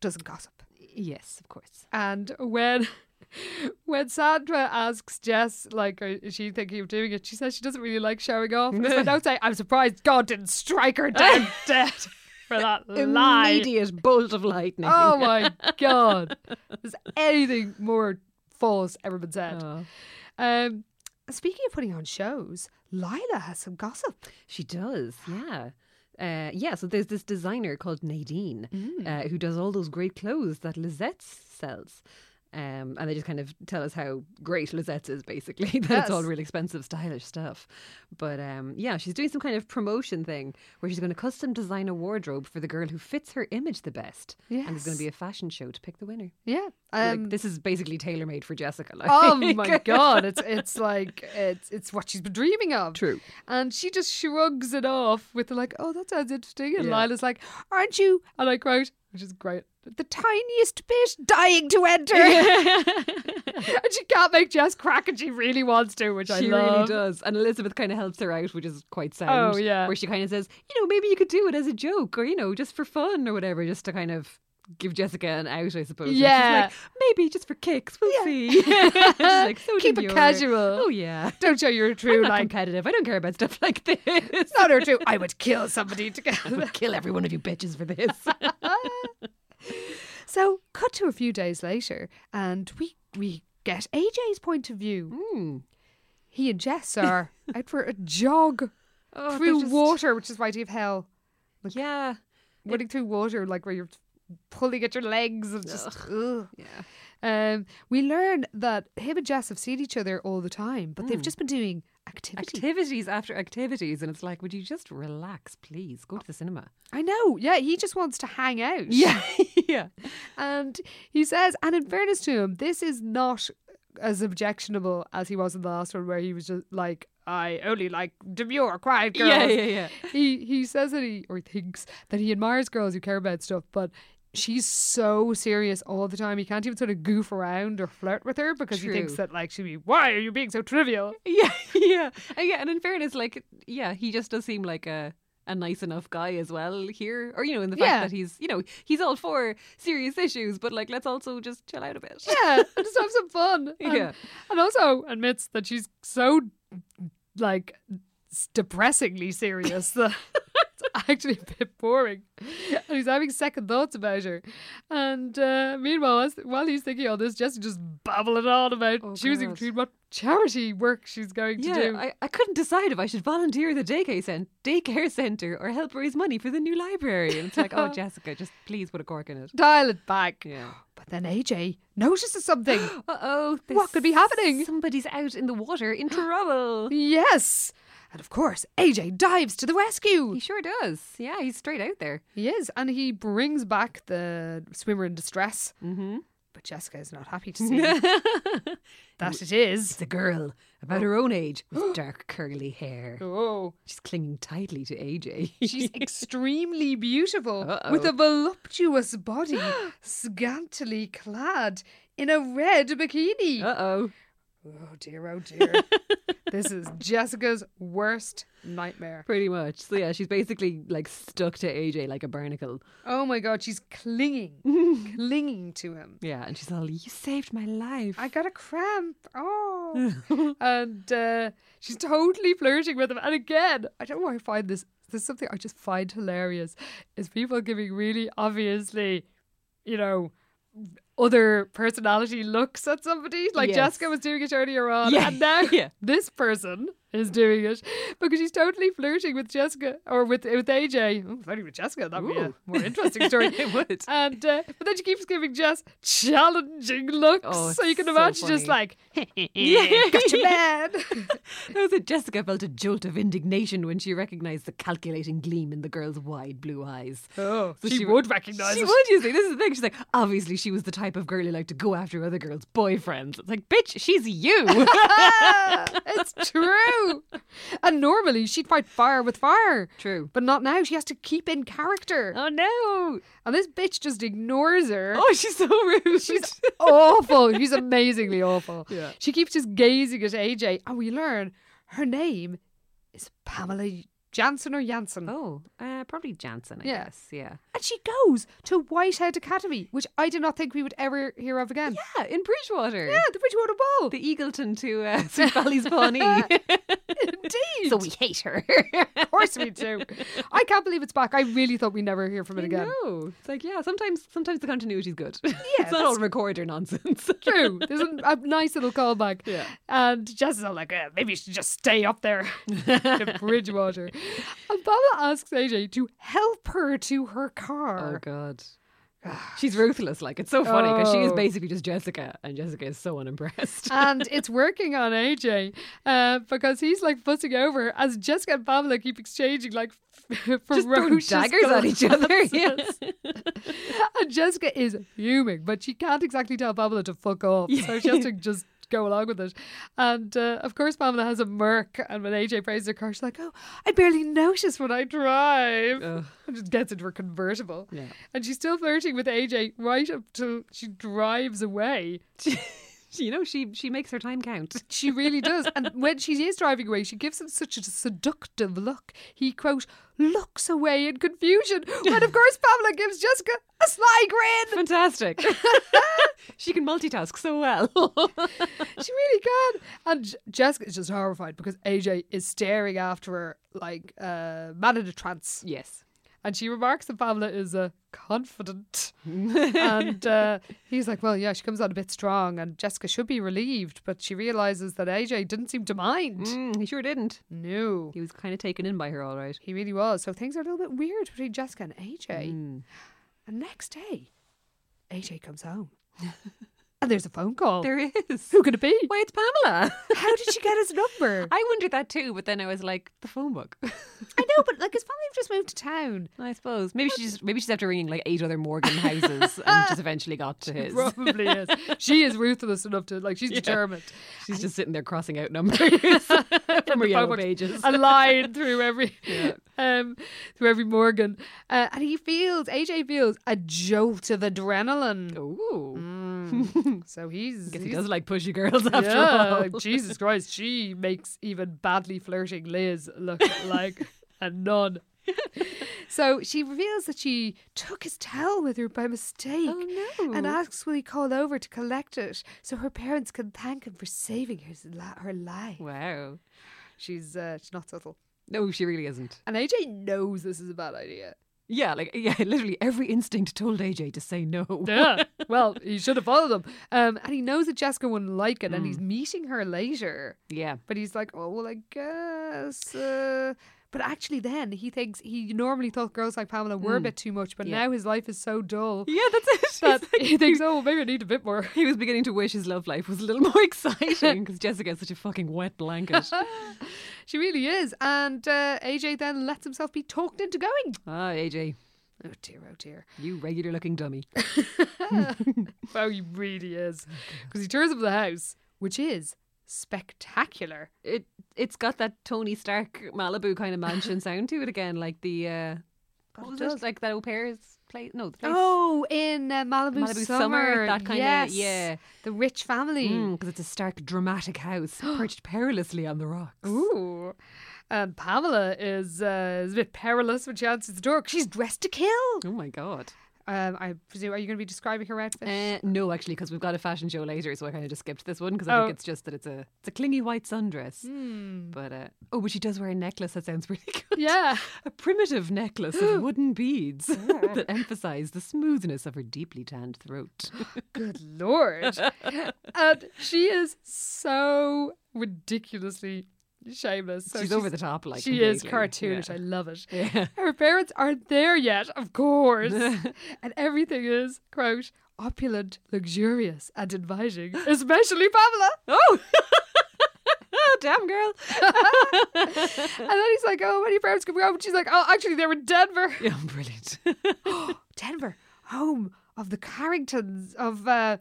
B: doesn't gossip.
C: Yes, of course.
B: And when when Sandra asks Jess, like, are- is she thinking of doing it? She says she doesn't really like showing off. And so don't say, I'm surprised God didn't strike her down dead for that lie.
C: Immediate bolt of lightning.
B: Oh my god! There's anything more false ever been said?
C: Oh.
B: Um, speaking of putting on shows, Lila has some gossip.
C: She does, yeah. Uh, yeah, so there's this designer called Nadine
B: Mm.
C: uh, who does all those great clothes that Lisette sells. Um, and they just kind of tell us how great Lisette's is, basically, that it's all
B: Yes.
C: real expensive, stylish stuff. But um, yeah, she's doing some kind of promotion thing where she's going to custom design a wardrobe for the girl who fits her image the best. And there's going
B: Yes.
C: to be a fashion show to pick the winner.
B: Yeah.
C: like,
B: Um,
C: this is basically tailor made for Jessica. Like.
B: oh my god! It's it's like it's it's what she's been dreaming of.
C: True.
B: And she just shrugs it off with like, "Oh, that sounds interesting." And
C: Yeah.
B: Lila's like, "Aren't you?" And I quote, which is great. The tiniest bit dying to enter, and she can't make Jess crack, and she really wants to, which I
C: She really
B: love.
C: does. And Elizabeth kind of helps her out, which is quite sound.
B: Oh, yeah.
C: Where she kind of says, you know, maybe you could do it as a joke or, you know, just for fun or whatever, just to kind of give Jessica an out, I suppose. And she's
B: Yeah.
C: like, maybe just for kicks. We'll see. She's like, so
B: Keep it
C: demure.
B: casual.
C: Oh, yeah.
B: Don't show your
C: I'm
B: true
C: not
B: like
C: competitive. I don't care about stuff like this.
B: not her too. I would kill somebody to get.
C: I'll kill every one of you bitches for this.
B: So cut to a few days later, and we we get AJ's point of view.
C: Hmm.
B: He and Jess are out for a jog
C: Oh, they're
B: through
C: just-
B: water, which is mighty of hell.
C: Yeah.
B: Running through water, like where you're pulling at your legs and just. Ugh.
C: Yeah.
B: Um, we learn that him and Jess have seen each other all the time, but
C: Hmm.
B: they've just been doing activity.
C: Activities after activities. And it's like, would you just relax, please? Go to the cinema.
B: I know. Yeah, he just wants to hang out.
C: yeah.
B: And he says, and in fairness to him, this is not as objectionable as he was in the last one, where he was just like, I only like demure, quiet girls.
C: Yeah, yeah, yeah.
B: He he says that he or thinks that he admires girls who care about stuff, but she's so serious all the time. He can't even sort of goof around or flirt with her because he thinks
C: True.
B: that like she'd be, why are you being so trivial?
C: Yeah, yeah, Uh, yeah. And in fairness, like, yeah, he just does seem like a a nice enough guy as well here, or you know, in the fact
B: Yeah.
C: that he's, you know, he's all for serious issues, but like, let's also just chill out a bit.
B: Yeah, and just have some fun. And-
C: Yeah.
B: and also admits that she's so like s- depressingly serious that it's actually a bit boring. And he's having second thoughts about her. And uh, meanwhile, as, while he's thinking all this, Jessie just babbling on about
C: Oh,
B: choosing
C: God.
B: between what charity work she's going to
C: Yeah,
B: do.
C: I, I couldn't decide if I should volunteer at the daycare, cent- daycare center or help raise money for the new library. And it's like, oh, Jessica, just please put a cork in it.
B: Dial it back.
C: Yeah.
B: But then AJ notices something.
C: Uh oh.
B: What could be happening?
C: Somebody's out in the water in trouble.
B: yes. And of course, AJ dives to the rescue.
C: he sure does. Yeah, he's straight out there.
B: He is, and he brings back the swimmer in distress.
C: Mm-hmm.
B: But Jessica is not happy to see that it is.
C: It's a girl about her own age with dark curly hair.
B: Oh,
C: She's clinging tightly to AJ.
B: she's extremely beautiful
C: Uh-oh.
B: with a voluptuous body, scantily clad in a red bikini.
C: uh oh.
B: Oh dear, oh dear. this is Jessica's worst nightmare.
C: Pretty much. So yeah, she's basically like stuck to AJ like a barnacle.
B: Oh my god, she's clinging, clinging to him.
C: Yeah, and she's all, "You saved my life."
B: I got a cramp. Oh. and uh, she's totally flirting with him. And again, I don't know why I find this. There's something I just find hilarious is people giving really obviously, you know, other personality looks at somebody. Like
C: Yes.
B: Jessica was doing it earlier on,
C: Yeah,
B: and now
C: yeah.
B: this person is doing it because she's totally flirting with Jessica or with with AJ. Ooh, flirting with Jessica, that'd be a
C: Ooh.
B: more interesting story.
C: it would.
B: And uh, but then she keeps giving Jess challenging looks,
C: Oh,
B: so you
C: it's
B: can
C: so
B: imagine just
C: funny.
B: like, yeah, gotcha, man.
C: That was it. Jessica felt a jolt of indignation when she recognised the calculating gleam in the girl's wide blue eyes.
B: Oh,
C: So
B: she,
C: she-
B: would recognise
C: She
B: it.
C: would, you see. This is the thing. She's like, obviously, she was the type of girl who liked to go after other girls' boyfriends. It's like, bitch, she's you.
B: it's true. And normally she'd fight fire with fire.
C: True.
B: But not now. She has to keep in character.
C: oh, no.
B: And this bitch just ignores her.
C: Oh, she's so rude.
B: She's awful. She's amazingly awful.
C: Yeah.
B: She keeps just gazing at AJ, and we learn her name is Pamela Jansen or Jansen.
C: oh, uh, probably Jansen, I
B: Yeah.
C: guess. Yeah.
B: And she goes to Whitehead Academy, which I did not think we would ever hear of again.
C: Yeah, in Bridgewater.
B: Yeah, the Bridgewater Ball.
C: The Eagleton to uh, St. Valley's Pawnee.
B: Indeed.
C: so we hate her.
B: of course we do. I can't believe it's back. I really thought we'd never hear from it again.
C: No, it's like yeah. Sometimes, sometimes the continuity's good. Yeah, it's
B: that's-
C: not all recorder nonsense.
B: True. There's a, a nice little callback.
C: Yeah.
B: And Jess is all like, "Uh, maybe you should just stay up there
C: Oh,
B: in Bridgewater. And Pamela asks AJ to help her to her
C: Oh
B: car.
C: God. She's ruthless. Like it's so funny because she is
B: Oh.
C: basically just Jessica, and Jessica is so unimpressed.
B: and it's working on AJ uh, because he's like fussing over her as Jessica and Pamela keep exchanging like
C: just throwing
B: ferocious
C: daggers at each other. Yeah.
B: And Jessica is fuming, but she can't exactly tell Pamela to fuck off. So she has to just go along with it. And uh, of course, Pamela has a merc. And when AJ praises her car, she's like, oh, I barely notice when I drive.
C: Ugh.
B: And just gets into her convertible.
C: Yeah.
B: And she's still flirting with AJ right up till she drives away.
C: you know, she she makes her time count.
B: She really does. And when she is driving away, she gives him such a seductive look. He, quote, looks away in confusion. When, of course, Pamela gives Jessica a sly grin.
C: Fantastic. she can multitask so well.
B: She really can. And J- Jessica is just horrified because AJ is staring after her like a man in a trance.
C: yes.
B: And she remarks that Pamela is uh, confident. and uh, he's like, well, yeah, she comes out a bit strong. And Jessica should be relieved, but she realizes that AJ didn't seem to mind.
C: Mm, he sure didn't.
B: No.
C: He was kind of taken in by her, all right.
B: He really was. So things are a little bit weird between Jessica and AJ.
C: Mm.
B: And next day, AJ comes home. and there's a phone call.
C: There is.
B: Who could it be?
C: Why, it's Pamela.
B: How did she get his number?
C: I wondered that too, but then I was like, the phone book.
B: I know, but like his family have just moved to town.
C: I suppose maybe she just maybe she's after ringing like eight other Morgan houses and just eventually got to his.
B: Probably is. She is ruthless enough to like. She's determined.
C: She's just sitting there crossing out numbers from her yellow
B: Probably
C: pages.
B: A line through every, um, through every Morgan, uh, and he feels AJ feels a jolt of adrenaline.
C: Ooh,
B: So he's,
C: guess he
B: he's-
C: does like pushy girls after all.
B: yeah. Jesus Christ, she makes even badly flirting Liz look like a nun. So she reveals that she took his towel with her by mistake.
C: Oh,
B: And
C: no.
B: asks will he call over to collect it so her parents can thank him for saving his li- her life.
C: Wow.
B: She's uh, she's not subtle.
C: No, she really isn't.
B: And AJ knows this is a bad idea.
C: Yeah, like yeah, literally every instinct told AJ to say no.
B: Yeah. well, he should have followed him. Um, and he knows that Jessica wouldn't like it and
C: Mm.
B: he's meeting her later.
C: Yeah.
B: But he's like, oh, well, I guess. Uh... But actually, then he thinks he normally thought girls like Pamela were a bit too much, but
C: Mm. Yeah.
B: now his life is so dull
C: Yeah, that's it. She's
B: that
C: like-
B: he thinks, oh, well, maybe I need a bit more.
C: he was beginning to wish his love life was a little more exciting because Jessica is such a fucking wet blanket.
B: She really is. And uh, AJ then lets himself be talked into going.
C: ah, AJ,
B: Oh dear, oh dear.
C: you regular looking dummy.
B: Oh, he really is. Because he turns up at the house, which is spectacular.
C: it it's got that Tony Stark Malibu kind of mansion sound to it again, like the uh, what was it? like that au pair's place? No, the place.
B: Oh, in uh, Malibu, summer,
C: Malibu Summer, that kinda-
B: yes.
C: yeah. Hmm.
B: the rich family.
C: because Mm, it's a stark, dramatic house perched perilously on the rocks.
B: Ooh, and Pamela is uh, is a bit perilous when she answers the door. 'cause She's dressed to kill.
C: Oh my god!
B: Um, I presume. Are you going to be describing her outfit?
C: Uh, no, actually, because we've got a fashion show later, so I kind of just skipped this one because I
B: Oh.
C: think it's just that it's a it's a clingy white sundress. But uh, oh, but she does wear a necklace. That sounds pretty good.
B: yeah.
C: a primitive necklace of wooden beads that emphasise the smoothness of her deeply tanned throat.
B: Good lord. and she is so ridiculously shameless. So
C: she's, over the top, like
B: She is
C: completely. Yeah.
B: cartoonish. I love it. Her parents aren't there yet, of course. and everything is, quote, opulent, luxurious, and inviting, especially Pamela.
C: Oh, damn girl.
B: And then he's like, "Oh, when are your parents coming home?" And she's like, "Oh, actually, they're in Denver."
C: Yeah, brilliant.
B: Denver, home of the Carringtons of uh,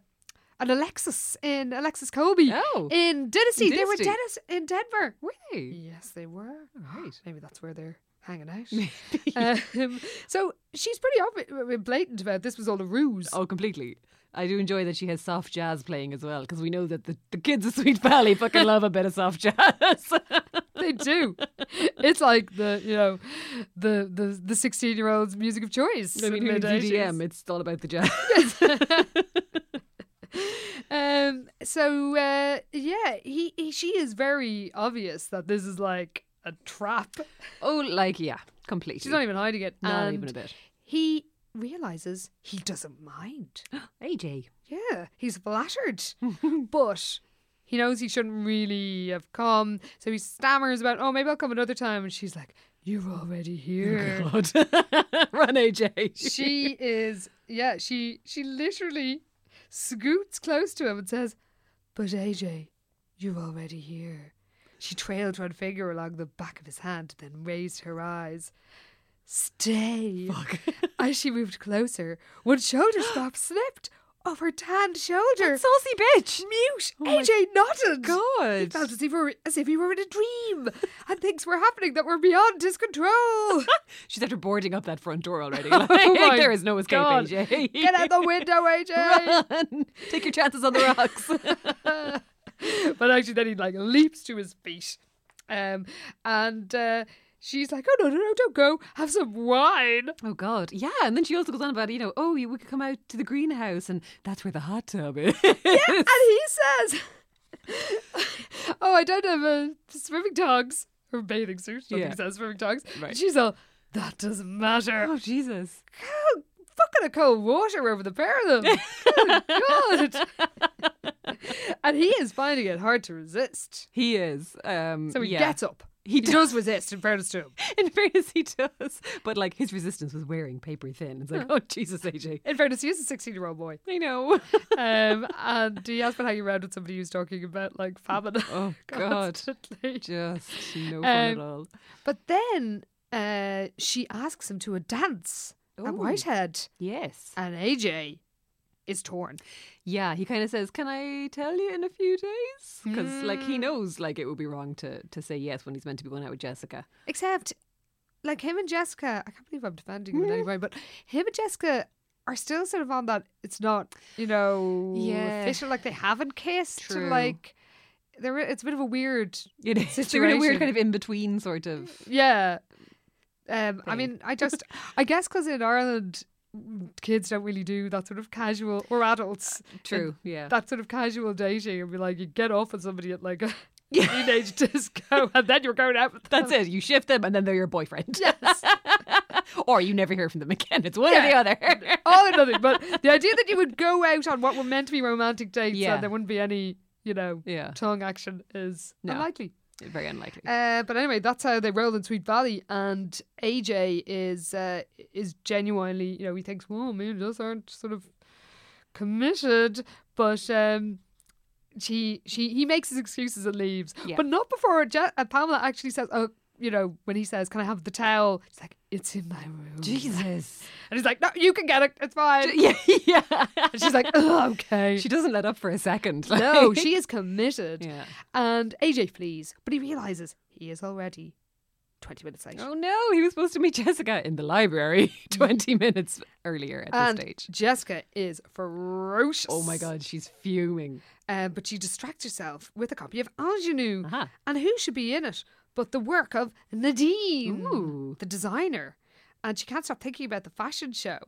B: an Alexis in Alexis Colby
C: Oh.
B: in Dynasty. They were
C: Dynasty.
B: Dennis in Denver.
C: Were they?
B: Yes, they were.
C: Right.
B: Maybe that's where they're hanging out. um, so she's pretty ob- blatant about this was all a ruse.
C: Oh, completely. I do enjoy that she has soft jazz playing as well because we know that the, the kids of Sweet Valley fucking love a bit of soft jazz.
B: They do. it's like the you know the the the sixteen year old's music of choice.
C: I
B: in
C: mean,
B: the
C: in
B: mid-eighties.
C: DDM, it's all about the jazz.
B: Um. So uh, yeah, he, he she is very obvious that this is like a trap.
C: oh, like, yeah, completely.
B: She's not even hiding it.
C: Not
B: and
C: even a bit.
B: He realizes he doesn't mind.
C: AJ.
B: Yeah, he's flattered, but he knows he shouldn't really have come. So he stammers about, "Oh, maybe I'll come another time." And she's like, "You're already here."
C: God. Run, AJ.
B: she is yeah she she literally scoots close to him and says but aj you're already here she trailed one finger along the back of his hand then raised her eyes stay as she moved closer one shoulder strap slipped off her tanned shoulder
C: Saucy bitch.
B: mute
C: Oh my
B: aj nodded he
C: God.
B: felt as if, he were, as if he were in a dream and things were happening that were beyond his control
C: She's after boarding up that front door already.
B: Oh my
C: there is no escape,
B: God.
C: AJ.
B: get out the window aj
C: Run. Take your chances on the rocks.
B: but actually, then he like leaps to his feet, um, and uh, she's like, "Oh no, no, no, don't go. Have some wine."
C: oh, God. Yeah. And then she also goes on about, you know, oh, you- we could come out to the greenhouse and that's where the hot tub is.
B: And he says, "Oh, I don't have a swimming togs or bathing suit." Nothing
C: Yeah.
B: says swimming togs.
C: Right.
B: She's all, "That doesn't matter."
C: oh, Jesus.
B: Cold- Fucking a cold water over the pair of them. Good God. and he is finding it hard to resist.
C: He is. Um,
B: So he
C: yeah.
B: gets up.
C: He
B: He does resist, in fairness to him.
C: In fairness, he does. But like his resistance was wearing paper thin. It's like, oh Jesus, AJ.
B: In fairness, he is a 16 year old boy.
C: I know.
B: um, and he has been hanging around with somebody who's talking about like famine.
C: Oh God,
B: constantly.
C: just no
B: Um,
C: fun at all.
B: But then uh, she asks him to a dance
C: Ooh.
B: at Whitehead,
C: Yes.
B: and AJ is torn.
C: Yeah, he kind of says, "Can I tell you in a few days?" Because like
B: Hmm.
C: he knows, like it would be wrong to to say yes when he's meant to be going out with Jessica.
B: Except, like him and Jessica, I can't believe I'm defending him in any way, but him and Jessica are still sort of on that. It's not, you know,
C: Yeah.
B: official. Like they haven't kissed.
C: True.
B: Like there, it's a bit of a weird
C: It is. They're in a
B: Situation.
C: weird kind of in between sort of.
B: Yeah. Um, I
C: thing.
B: mean, I just, I guess because in Ireland, kids don't really do that sort of casual, or adults,
C: True. Yeah.
B: that sort of casual dating and be like, you get off with somebody at like a teenage disco and then you're going out with them.
C: That's it. You shift them, and then they're your boyfriend. Yes. or you never hear from them again. It's one
B: Yeah.
C: or the other.
B: All or nothing. But the idea that you would go out on what were meant to be romantic dates
C: Yeah.
B: and there wouldn't be any, you know,
C: Yeah.
B: tongue action is
C: No.
B: unlikely.
C: Very unlikely.
B: Uh, but anyway, that's how they roll in Sweet Valley, and AJ is uh, is genuinely, you know, he thinks, "Well, maybe those aren't sort of committed," but um, she she he makes his excuses and leaves,
C: Yeah.
B: but not before Je- uh, Pamela actually says, "Oh, you know," when he says, "Can I have the towel?" He's like, "It's in my room,"
C: Jesus.
B: and he's like, "No, you can get it. It's fine."
C: Mm. yeah, yeah.
B: And she's like, "Oh, okay."
C: she doesn't let up for a second.
B: no,
C: like-
B: she is committed.
C: Yeah.
B: And AJ flees, but he realizes he is already twenty minutes late.
C: Oh no, he was supposed to meet Jessica in the library 20 minutes earlier at
B: and
C: this stage.
B: Jessica is ferocious.
C: Oh my god, she's fuming.
B: Um, but she distracts herself with a copy of Ingenue.
C: Aha.
B: And who should be in it but the work of Nadine,
C: Ooh.
B: the designer. And she can't stop thinking about the fashion show.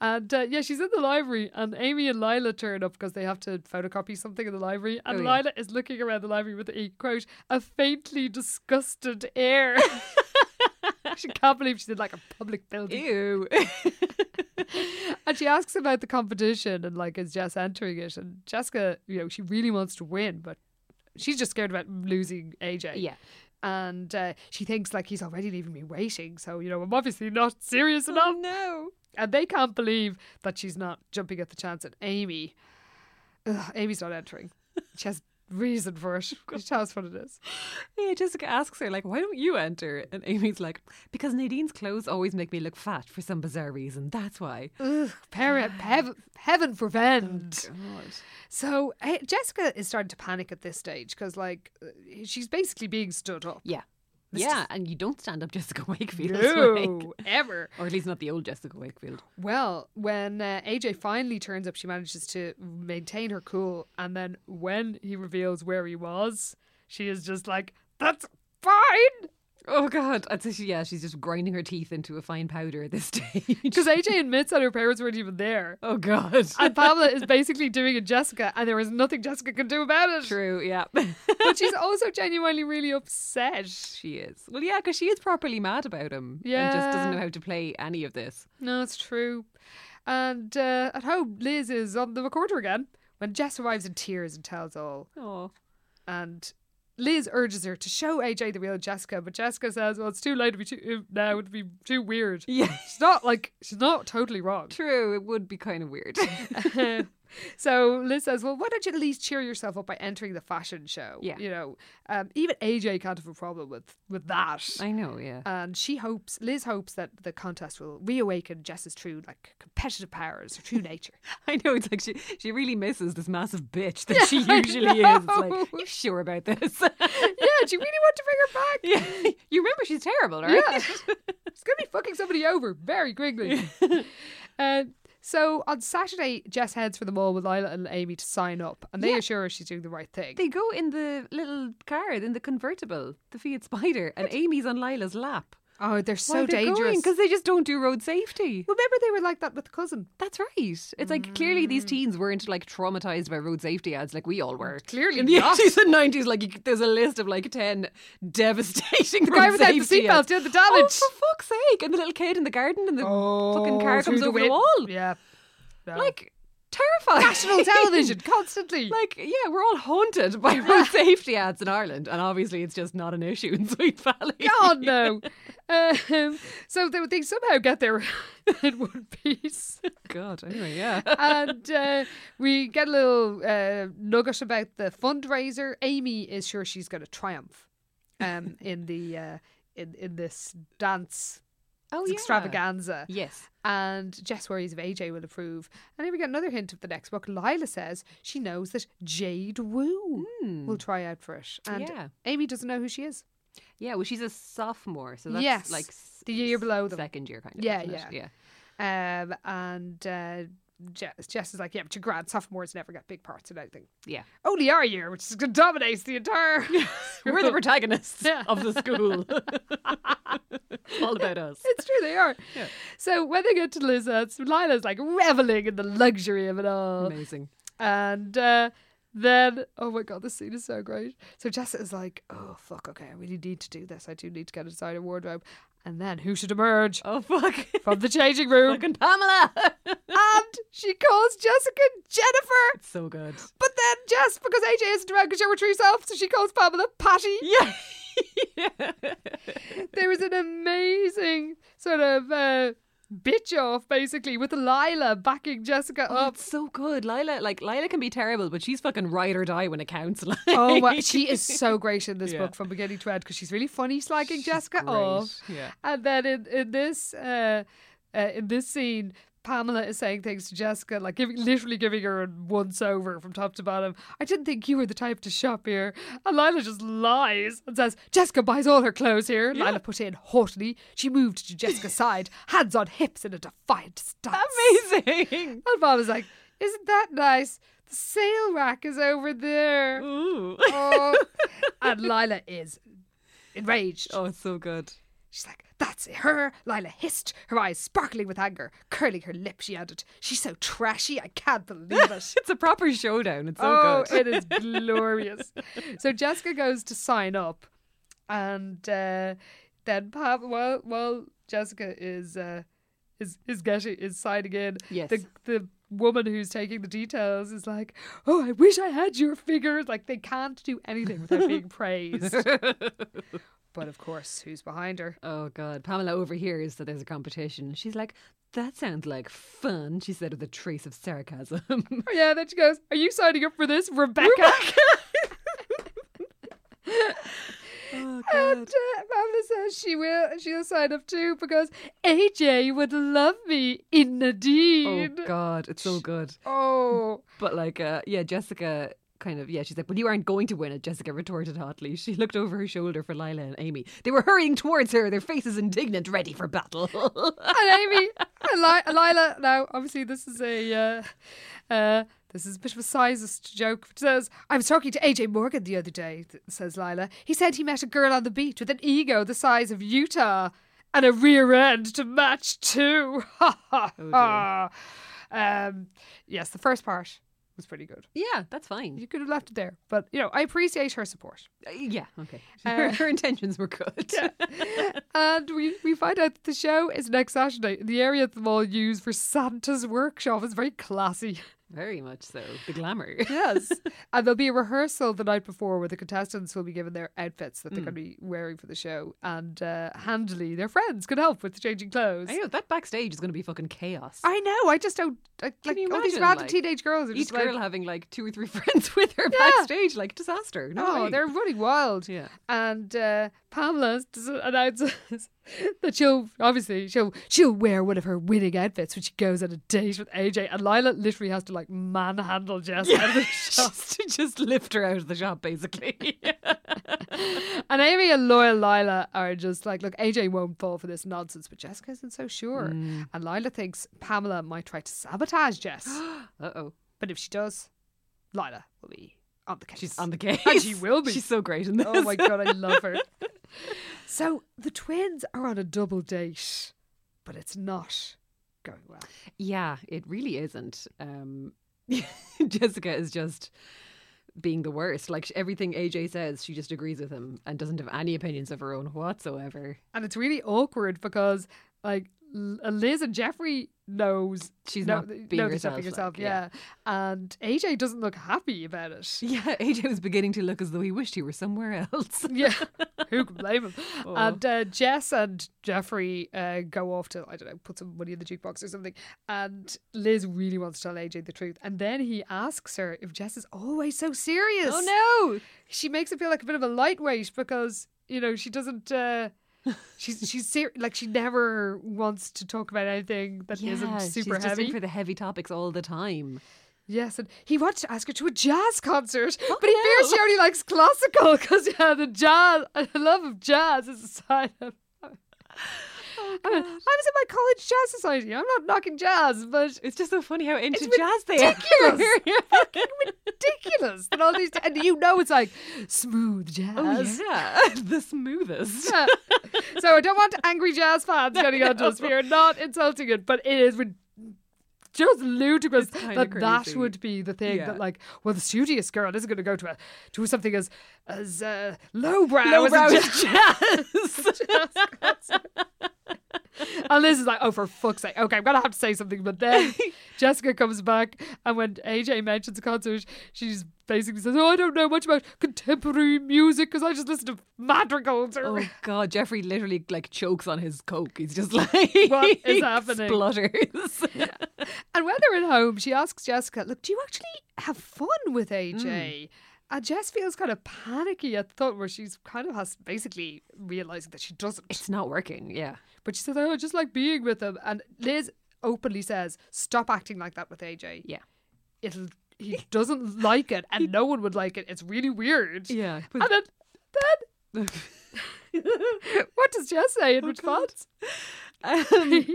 B: And uh, yeah, she's in the library, and Amy and Lila turn up because they have to photocopy something in the library. And
C: Oh, yeah.
B: Lila is looking around the library with a quote, a faintly disgusted air. she can't believe she's in like a public
C: Mm.
B: building.
C: Ew.
B: And she asks about the competition and like is Jess entering it? And Jessica, you know, she really wants to win, but she's just scared about losing AJ.
C: yeah.
B: And uh, she thinks like he's already leaving me waiting, so you know I'm obviously not serious
C: Mm.
B: enough.
C: Oh, no.
B: And they can't believe that she's not jumping at the chance at Amy. Ugh, Amy's not entering. She has reason for it. Just tell us what it is.
C: Yeah, Jessica asks her, like, why don't you enter? And Amy's like, because Nadine's clothes always make me look fat for some bizarre reason. That's why.
B: Ugh, parent, heaven, heaven prevent.
C: Oh, God.
B: So eh, Jessica is starting to panic at this stage because, like, uh, she's basically being stood up.
C: Yeah. Yeah, and you don't stand up Jessica Wakefield.
B: No, ever.
C: Or at least not the old Jessica Wakefield.
B: Well, when uh, AJ finally turns up, she manages to maintain her cool, and then when he reveals where he was, she is just like, "That's fine,"
C: Oh God! I'd say she, yeah, she's just grinding her teeth into a fine powder at this stage.
B: because AJ admits that her parents weren't even there,
C: oh God!
B: and Pamela is basically doing a Jessica, and there is nothing Jessica can do about it.
C: True. Yeah.
B: But she's also genuinely really upset.
C: she is. Well, yeah, because she is properly mad about him. And just doesn't
B: Yeah.
C: know how to play any of this.
B: No, it's true. And uh, at home, Liz is on the recorder again when Jess arrives in tears and tells all.
C: Oh.
B: And Liz urges her to show AJ the real Jessica, but Jessica says, "Well, it's too late to be too uh, now. It would be too weird."
C: Yeah.
B: She's not like she's not totally wrong.
C: True. It would be kind of weird.
B: so Liz says, "Well, why don't you at least cheer yourself up by entering the fashion show?
C: Yeah.
B: you know, um, even AJ can't have a problem with with that."
C: I know. Yeah.
B: and she hopes, Liz hopes that the contest will reawaken Jess's true, like, competitive powers, her true nature.
C: I know it's like she she really misses this massive bitch that she usually is. It's like,
B: know.
C: you sure about this?
B: yeah, do you really want to bring her back?
C: yeah. You remember she's terrible, right?
B: Yeah. It's going to be fucking somebody over very quickly. uh, so on Saturday, Jess heads for the mall with Lila and Amy to sign up, and they assure her she's doing the right thing.
C: They go in the little car, in the convertible, the Fiat Spider, and Amy's on Lila's lap.
B: oh, they're so dangerous.
C: because they just don't do road safety.
B: Remember, they were like that with cousin.
C: That's right. It's like clearly these
B: Mm.
C: teens weren't like traumatized by road safety ads like we all were.
B: Clearly
C: in the
B: not.
C: 80s and 90s, like you, c- there's a list of like 10 devastating the
B: guy
C: road
B: without the
C: safety
B: seatbelt
C: ads.
B: did the damage.
C: Oh, for fuck's sake! And the little kid in the garden, and the fucking car
B: through
C: comes over the,
B: win-
C: wall.
B: Oh, Yeah. No.
C: Like terrifying.
B: national television constantly.
C: Like, yeah, we're all haunted by road safety ads in Ireland, and obviously it's just not an issue in Sweet Valley.
B: God no! Um, so they, they somehow get there in one piece,
C: God, anyway, yeah.
B: and uh, we get a little uh, nugget about the fundraiser. Amy is sure she's going to triumph um, in the uh, in in this dance
C: Oh,
B: extravaganza,
C: Yes.
B: and Jess worries if AJ will approve. And here we get another hint of the next book. Lila says she knows that Jade Wu will try out for it, and
C: Hmm. Yeah.
B: Amy doesn't know who she is.
C: Yeah, well, she's a sophomore, so that's
B: Yes,
C: like s-
B: the year below them.
C: second year kind of.
B: Yeah,
C: isn't it?
B: yeah.
C: yeah.
B: Um, and uh, Jess, Jess is like, yeah, but your grand sophomores never get big parts in anything.
C: Yeah.
B: Only our year, which is gonna dominates the entire.
C: We're the protagonists
B: Yeah.
C: of the school. All about us.
B: it's true, they are. So when they get to Lizards, Lila's like reveling in the luxury of it all.
C: Amazing.
B: And uh, then, oh my god, this scene is so great. So Jess is like, oh fuck, okay, I really need to do this. I do need to get inside a wardrobe. And then who should emerge
C: Oh fuck.
B: from the changing room?
C: Fucking Pamela.
B: and she calls Jessica Jennifer.
C: so good.
B: But then Jess, because AJ isn't around because you're with yourself, so she calls Pamela Patty.
C: Yeah.
B: There was an amazing sort of uh, bitch off, basically, with Lila backing Jessica up.
C: It's so good. Lila, like Lila can be terrible, but she's fucking ride or die when it counts. Like.
B: Oh, wow. she is so great in this
C: Yeah.
B: book from beginning to end because she's really funny, slagging Jessica
C: great,
B: off.
C: yeah.
B: And then in, in this uh, uh, in this scene, Pamela is saying things to Jessica, like giving, literally giving her a once over from top to bottom. I didn't think you were the type to shop here. And Lila just lies and says, Jessica buys all her clothes here. Lila put in haughtily. She moved to Jessica's side, hands on hips in a defiant stance.
C: Amazing.
B: And Pamela's like, Isn't that nice? The sale rack is over there.
C: Ooh.
B: Oh. and Lila is enraged.
C: Oh, it's so good.
B: She's like, that's her. Lila hissed, her eyes sparkling with anger. Curling her lip, she added, she's so trashy, I can't believe it.
C: It's a proper showdown. It's so
B: oh,
C: good.
B: it is glorious. So Jessica goes to sign up, and uh, then Pam, while, while Jessica is. Uh, is, is getting is signing in.
C: Yes.
B: The the woman who's taking the details is like, Oh, I wish I had your figures. Like they can't do anything without being praised. but of course, who's behind her?
C: Oh God, Pamela overhears that there's a competition. She's like, "That sounds like fun," she said with a trace of sarcasm.
B: Oh yeah, then she goes, Are you signing up for this, Rebecca?
C: God.
B: And uh, Pamela says she will she'll sign up too because AJ would love me in
C: Oh
B: Nadine.
C: God, it's so good.
B: Oh.
C: But like, uh, yeah, Jessica kind of yeah, she's like, "Well, you aren't going to win it," Jessica retorted hotly. She looked over her shoulder for Lila and Amy. They were hurrying towards her, their faces indignant, ready for battle.
B: and Amy and Li- Lila. Now, obviously, this is a uh, uh, this is a bit of a sizist joke. It says I was talking to AJ Morgan the other day. th- Says Lila. He said he met a girl on the beach with an ego the size of Utah and a rear end to match too. Ha ha ha. Um, yes, the first part was pretty good.
C: yeah, that's fine.
B: You could have left it there, but you know I appreciate her support.
C: Uh, yeah, okay. her, her intentions were good.
B: And we, we find out that the show is next Saturday in the area that the mall use for Santa's workshop. It's very classy.
C: Very much so. The glamour.
B: Yes. and there'll be a rehearsal the night before where the contestants will be given their outfits that they're going to be wearing for the show. And uh, handily, their friends can help with changing clothes.
C: I know that backstage is going to be fucking chaos.
B: I know. I just don't. I, like,
C: you
B: all these
C: imagine,
B: random
C: like,
B: teenage girls are
C: Each
B: just like, "Oh,
C: girl having like two or three friends with her backstage, like disaster. No,
B: oh,
C: way.
B: they're running wild.
C: yeah.
B: and uh, Pamela s- announces that she'll obviously she'll she'll wear one of her winning outfits when she goes on a date with AJ, and Lila literally has to like manhandle Jess out of the shop.
C: Just, just lift her out of the shop, basically.
B: And Amy and loyal Lila are just like, look, AJ won't fall for this nonsense, but Jessica isn't so sure,
C: Mm.
B: and Lila thinks Pamela might try to sabotage Jess,
C: uh oh.
B: but if she does, Lila will be on the case.
C: She's on the case.
B: And she will be.
C: She's so great in this.
B: Oh my god, I love her. So the twins are on a double date, but it's not going well.
C: Yeah, it really isn't. Um, Jessica is just being the worst. Like everything AJ says, she just agrees with him and doesn't have any opinions of her own whatsoever.
B: And it's really awkward because like L- uh, Liz and Jeffrey knows
C: She's
B: know-
C: not
B: knows
C: being
B: she's not
C: herself, like,
B: yeah.
C: yeah.
B: And AJ doesn't look happy about it.
C: Yeah, AJ was beginning to look as though he wished he were somewhere else.
B: Yeah, who can blame him?
C: Oh.
B: And uh, Jess and Jeffrey uh, go off to I don't know, put some money in the jukebox or something. And Liz really wants to tell AJ the truth, and then he asks her if Jess is always so serious.
C: no!
B: she makes it feel like a bit of a lightweight because you know she doesn't. Uh, she's she's ser- like she never wants to talk about anything that
C: Yeah,
B: not super
C: she's just
B: heavy.
C: in for the heavy topics all the time.
B: yes, and he wants to ask her to a jazz concert, but he
C: no.
B: fears she only likes classical because yeah, the jazz, the love of jazz is a sign of.
C: Oh,
B: I, mean, I was in my college jazz society. I'm not knocking jazz, but
C: It's just so funny how into jazz they are.
B: ridiculous. ridiculous that all these and you know it's like smooth jazz.
C: Oh yeah, the smoothest.
B: Yeah. so I don't want angry jazz fans getting onto us. We are not insulting it, but it is rid- just ludicrous
C: It's kinda
B: that that
C: crazy.
B: would be the thing
C: Yeah.
B: that like, well, the studious girl isn't going to go to a, to something as as uh, lowbrow,
C: Lowbrow
B: as a
C: is
B: jazz.
C: jazz.
B: And Liz is like, oh, for fuck's sake. Okay, I'm going to have to say something. But then Jessica comes back, and when AJ mentions the concert, she's basically says, oh, I don't know much about contemporary music because I just listen to madrigals. Or
C: Oh God, Jeffrey literally like chokes on his coke. He's just like,
B: What is happening?
C: Splutters.
B: And when they're at home, she asks Jessica, Look, do you actually have fun with AJ?
C: Hmm.
B: And Jess feels kind of panicky at the thought where she's kind of has basically realizing that she doesn't.
C: It's not working. Yeah,
B: But she says, Oh, I just like being with him. And Liz openly says, Stop acting like that with AJ.
C: Yeah.
B: It'll he doesn't like it and no one would like it. It's really weird.
C: yeah.
B: And then, then what does Jess say in response?
C: Um,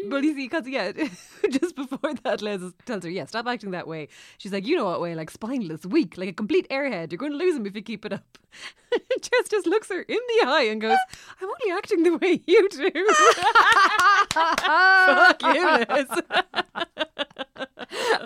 C: well, you see, because yeah, just before that, Liz tells her, "Yeah, stop acting that way." She's like, "You know what way? Like spineless, weak, like a complete airhead. You're going to lose him if you keep it up." Jess just looks her in the eye and goes, "I'm only acting the way you do." Fuck you, Liz.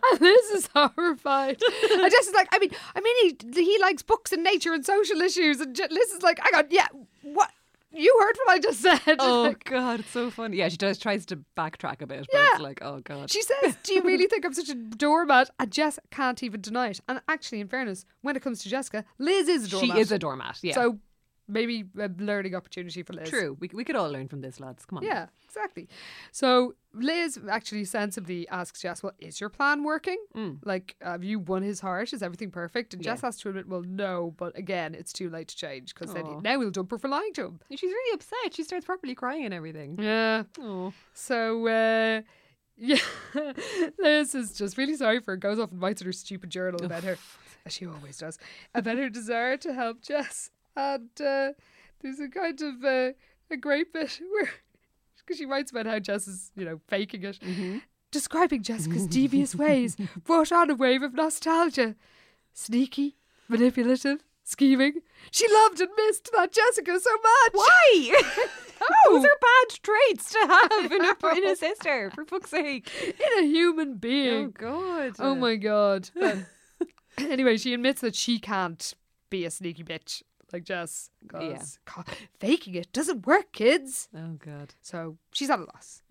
B: And Liz is horrified. And Jess is like, I mean, I mean, he he likes books and nature and social issues. And Je- Liz is like, hang on, yeah, what? You heard what I just said.
C: Oh
B: Like,
C: God, it's so funny. Yeah, she does tries to backtrack a bit, but it's
B: Yeah.
C: like, oh God.
B: she says, do you really think I'm such a doormat? And Jess can't even deny it. And actually, in fairness, when it comes to Jessica, Liz is a doormat.
C: She is a doormat. Yeah.
B: So maybe a learning opportunity for Liz.
C: True. We, we could all learn from this, lads. Come on.
B: Yeah, exactly. So Liz actually sensibly asks Jess, "Well, is your plan working? Like, have you won his heart? Is everything perfect?" And Jess has to admit, "Well, no, but again, it's too late to change because then he,
C: Aw.
B: now he'll dump her for lying to him."
C: She's really upset. She starts properly crying and everything.
B: Yeah.
C: Oh.
B: So, uh, yeah, Liz is just really sorry for her, goes off and writes in her stupid journal about her, as she always does, about her desire to help Jess. And uh, there's a kind of uh, a great bit where, because she writes about how Jess is, you know, faking it, describing Jessica's devious ways brought on a wave of nostalgia. Sneaky, manipulative, scheming. She loved and missed that Jessica so much.
C: Why? Those are bad traits to have in a, in a sister, for fuck's sake.
B: In a human being.
C: Oh, God.
B: Oh my god. But anyway, she admits that she can't be a sneaky bitch like Jess. 'cause co- faking it doesn't work, kids.
C: Oh, God.
B: So she's at a loss.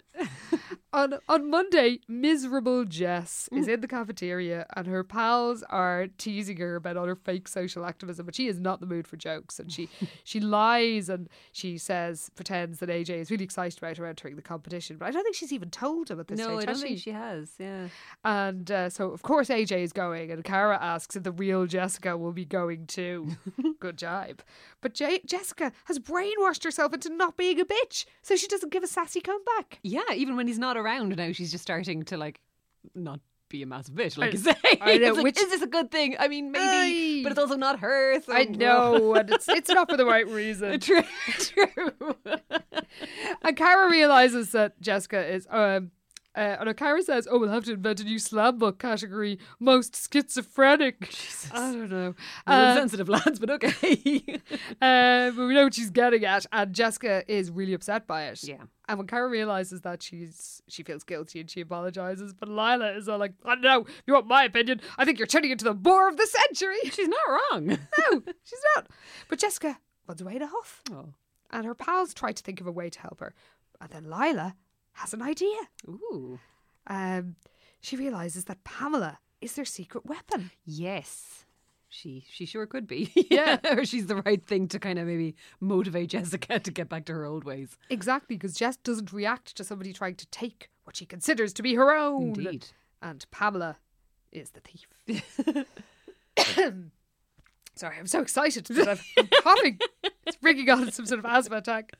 B: on on Monday, miserable Jess is
C: Mm.
B: in the cafeteria and her pals are teasing her about all her fake social activism, but she is not in the mood for jokes and she she lies and she says pretends that AJ is really excited about her entering the competition, but I don't think she's even told him at this
C: No,
B: stage.
C: I don't
B: has
C: think
B: she?
C: she has. Yeah.
B: And uh, so, of course, AJ is going, and Kara asks if the real Jessica will be going too. Good jibe. But J- Jessica has brainwashed herself into not being a bitch, so she doesn't give a sassy comeback.
C: Yeah, even when he's not around now, she's just starting to, like, not be a massive bitch, like you say.
B: I know,
C: It's like,
B: which-
C: is this a good thing? I mean,
B: Aye.
C: maybe, but it's also not her. So
B: I know, and it's, it's not for the right reason.
C: True. True.
B: And Kara realizes that Jessica is. Um, uh, and Kara says, "Oh, we'll have to invent a new slam book category: most schizophrenic." I don't know. Um,
C: sensitive lads, but okay.
B: Uh, but we know what she's getting at, and Jessica is really upset by it.
C: Yeah.
B: And when Kara realizes that she's she feels guilty and she apologizes, but Lila is all like, "I oh, know you want my opinion. I think you're turning into the bore of the century."
C: She's not wrong.
B: no, she's not. But Jessica runs away to huff,
C: Oh.
B: and her pals try to think of a way to help her, and then Lila has an idea.
C: Ooh.
B: Um, she realizes that Pamela is their secret weapon.
C: Yes. She she sure could be.
B: Yeah.
C: or she's the right thing to kind of maybe motivate Jessica to get back to her old ways.
B: Exactly, because Jess doesn't react to somebody trying to take what she considers to be her own.
C: Indeed.
B: and Pamela is the thief. Sorry, I'm so excited that I'm, I'm coughing. It's bringing on some sort of asthma attack.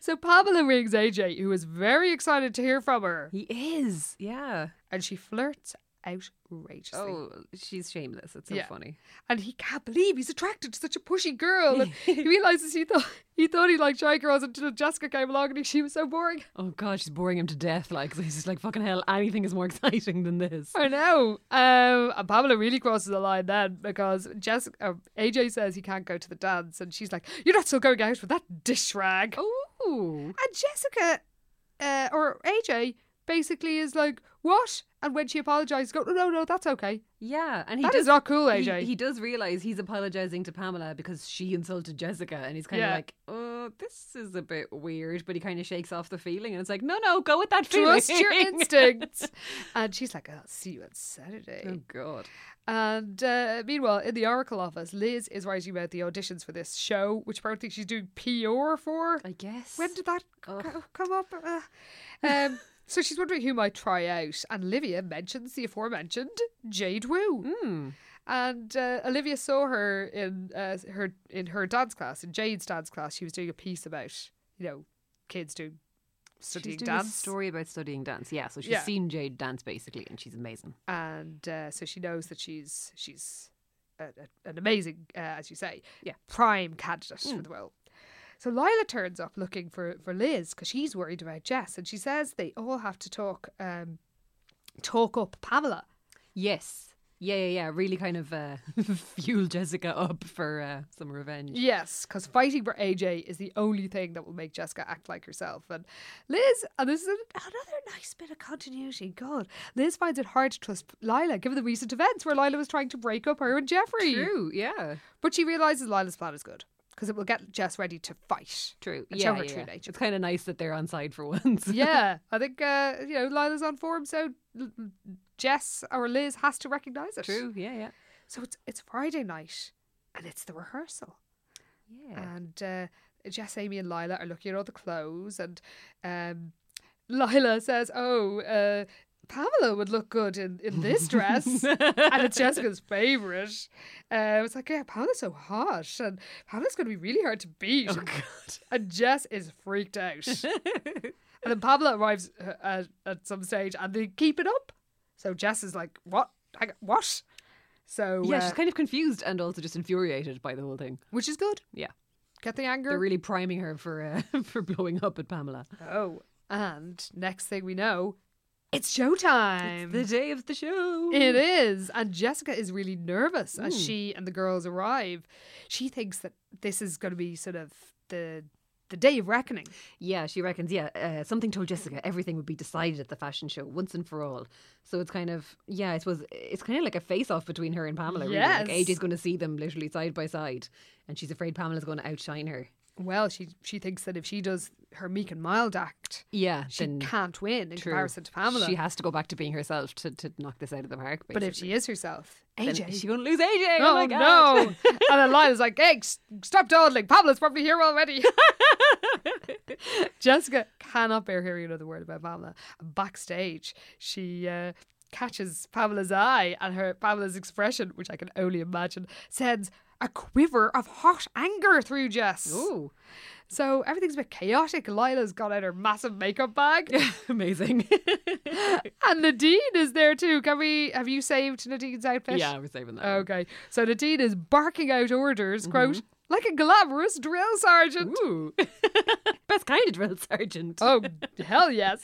B: So Pamela rings AJ, who is very excited to hear from her,
C: He is. Yeah.
B: and she flirts outrageously.
C: Oh, she's shameless. It's so
B: Yeah.
C: funny.
B: And he can't believe he's attracted to such a pushy
C: Oh,
B: girl. And he realizes he thought he thought he liked shy girls until Jessica came along and he- she was so boring.
C: Oh god, she's boring him to death. Like so he's just like fucking hell. Anything is more exciting than this.
B: I know. Um, and Pamela really crosses the line then because Jess, um, AJ says he can't go to the dance, and she's like, "You're not still going out with that dish rag."
C: Oh,
B: And Jessica, uh, or AJ, basically is like, "What?" And when she apologizes, go, "No, no, no, that's okay.
C: yeah. And he
B: That is
C: does
B: not cool,
C: he-
B: AJ."
C: He, does realize he's apologizing to Pamela because she insulted Jessica, and he's kind of
B: Yeah.
C: like, "Oh, this is a bit weird," but he kind of shakes off the feeling, and it's like, "No, no, go with that feeling."
B: Trust your instincts. and she's like, I'll see you on Saturday.
C: oh God.
B: And uh, meanwhile, in the Oracle office, Liz is writing about the auditions for this show, which apparently she's doing PR for.
C: I guess.
B: When did that
C: Ugh.
B: co- come up? Uh, um, so she's wondering who might try out, and Olivia mentions the aforementioned Jade Wu.
C: Hmm.
B: And uh, Olivia saw her in uh, her in her dance class, in Jade's dance class. She was doing a piece about you know kids doing studying
C: she's doing a
B: dance,
C: story about studying dance. Yeah, so she's
B: Yeah.
C: seen Jade dance basically, and she's amazing.
B: and uh, so she knows that she's she's a, a, an amazing, uh, as you say,
C: Yeah. Hmm.
B: prime candidate for the role. So Lila turns up looking for for Liz because she's worried about Jess, and she says they all have to talk um, talk up Pamela.
C: Yes. Yeah, yeah, yeah. Really kind of uh, fuel Jessica up for uh, some revenge.
B: Yes, because fighting for AJ is the only thing that will make Jessica act like herself. And Liz, and this is an- another nice bit of continuity. God, Liz finds it hard to trust Lila given the recent events where Lila was trying to break up her and Jeffrey.
C: True. Yeah.
B: But she realizes Lila's plan is good because it will get Jess ready to fight.
C: True.
B: And
C: yeah,
B: show her
C: yeah,
B: true
C: yeah.
B: nature.
C: It's kind of nice that they're on side for once.
B: yeah, I think uh, you know Lila's on form, so L- L- Jess or Liz has to recognize it.
C: True. Yeah, yeah.
B: So it's it's Friday night, and it's the rehearsal.
C: Yeah.
B: And uh, Jess, Amy, and Lila are looking at all the clothes, and um, Lila says, "Oh, uh, Pamela would look good in, in this dress," and it's Jessica's favourite. Uh, it's like, "Yeah, Pamela's so hot, and Pamela's going to be really hard to beat."
C: oh God.
B: And Jess is freaked out. and then Pamela arrives uh, at, at some stage, and they keep it up. So Jess is like, "What? Hang on, what?" So
C: Yeah,
B: uh,
C: she's kind of confused and also just infuriated by the whole thing.
B: which is good.
C: Yeah.
B: Get the anger.
C: They're really priming her for uh, for blowing up at Pamela.
B: Oh, and next thing we know, it's showtime.
C: The day of the show.
B: It is. And Jessica is really nervous as she and the girls arrive. She thinks that this is going to be sort of the the day of reckoning.
C: Yeah, she reckons. Yeah, uh, something told Jessica everything would be decided at the fashion show once and for all. So it's kind of yeah, I suppose it's kind of like a face-off between her and Pamela.
B: Yes.
C: really. like AJ's going to see them literally side by side, and she's afraid Pamela's going to outshine her.
B: Well, she she thinks that if she does her meek and mild act,
C: Yeah,
B: she
C: then
B: can't win in
C: true.
B: comparison to Pamela.
C: She has to go back to being herself to, to knock this out of the park.
B: but if she is herself,
C: then
B: AJ.
C: is she going to lose AJ?
B: Oh,
C: Oh, my god!
B: no! and then Lila's like, "Hey, s- stop dawdling. Pamela's probably here already." Jessica cannot bear hearing another word about Pamela. And backstage, she uh, catches Pamela's eye, and her Pamela's expression, which I can only imagine, sends a quiver of hot anger through Jess.
C: Ooh,
B: So everything's a bit chaotic. Lila's got out her massive makeup bag,
C: amazing!
B: and Nadine is there too. Can we? Have you saved Nadine's outfit?
C: yeah, we're saving that. one.
B: Okay. So Nadine is barking out orders, quote, like a glamorous drill sergeant.
C: Mm-hmm. Ooh, best kind of drill sergeant.
B: Oh, hell yes.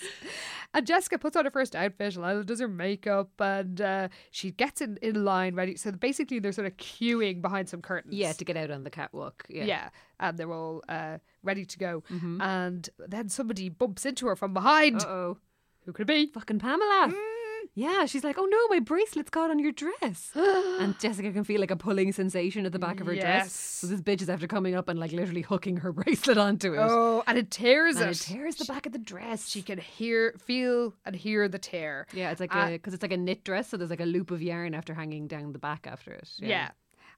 B: And Jessica puts on her first outfit, Lila does her makeup, and uh, she gets in, in line ready. So basically, they're sort of queuing behind some curtains.
C: Yeah, to get out on the catwalk.
B: Yeah. And they're all uh, ready to go.
C: Mm-hmm.
B: And then somebody bumps into her from behind.
C: oh.
B: Who could it be?
C: Fucking Pamela. Yeah, she's like, oh no, my bracelet's got on your dress. and Jessica can feel like a pulling sensation at the back of her
B: Yes.
C: dress. So this bitch is after coming up and like literally hooking her bracelet onto it.
B: Oh, and it tears
C: and
B: it.
C: it tears the back of the dress.
B: She can hear, feel, and hear the tear.
C: yeah, it's like
B: Uh,
C: a because it's like a knit dress, so there's like a loop of yarn after hanging down the back after it.
B: Yeah.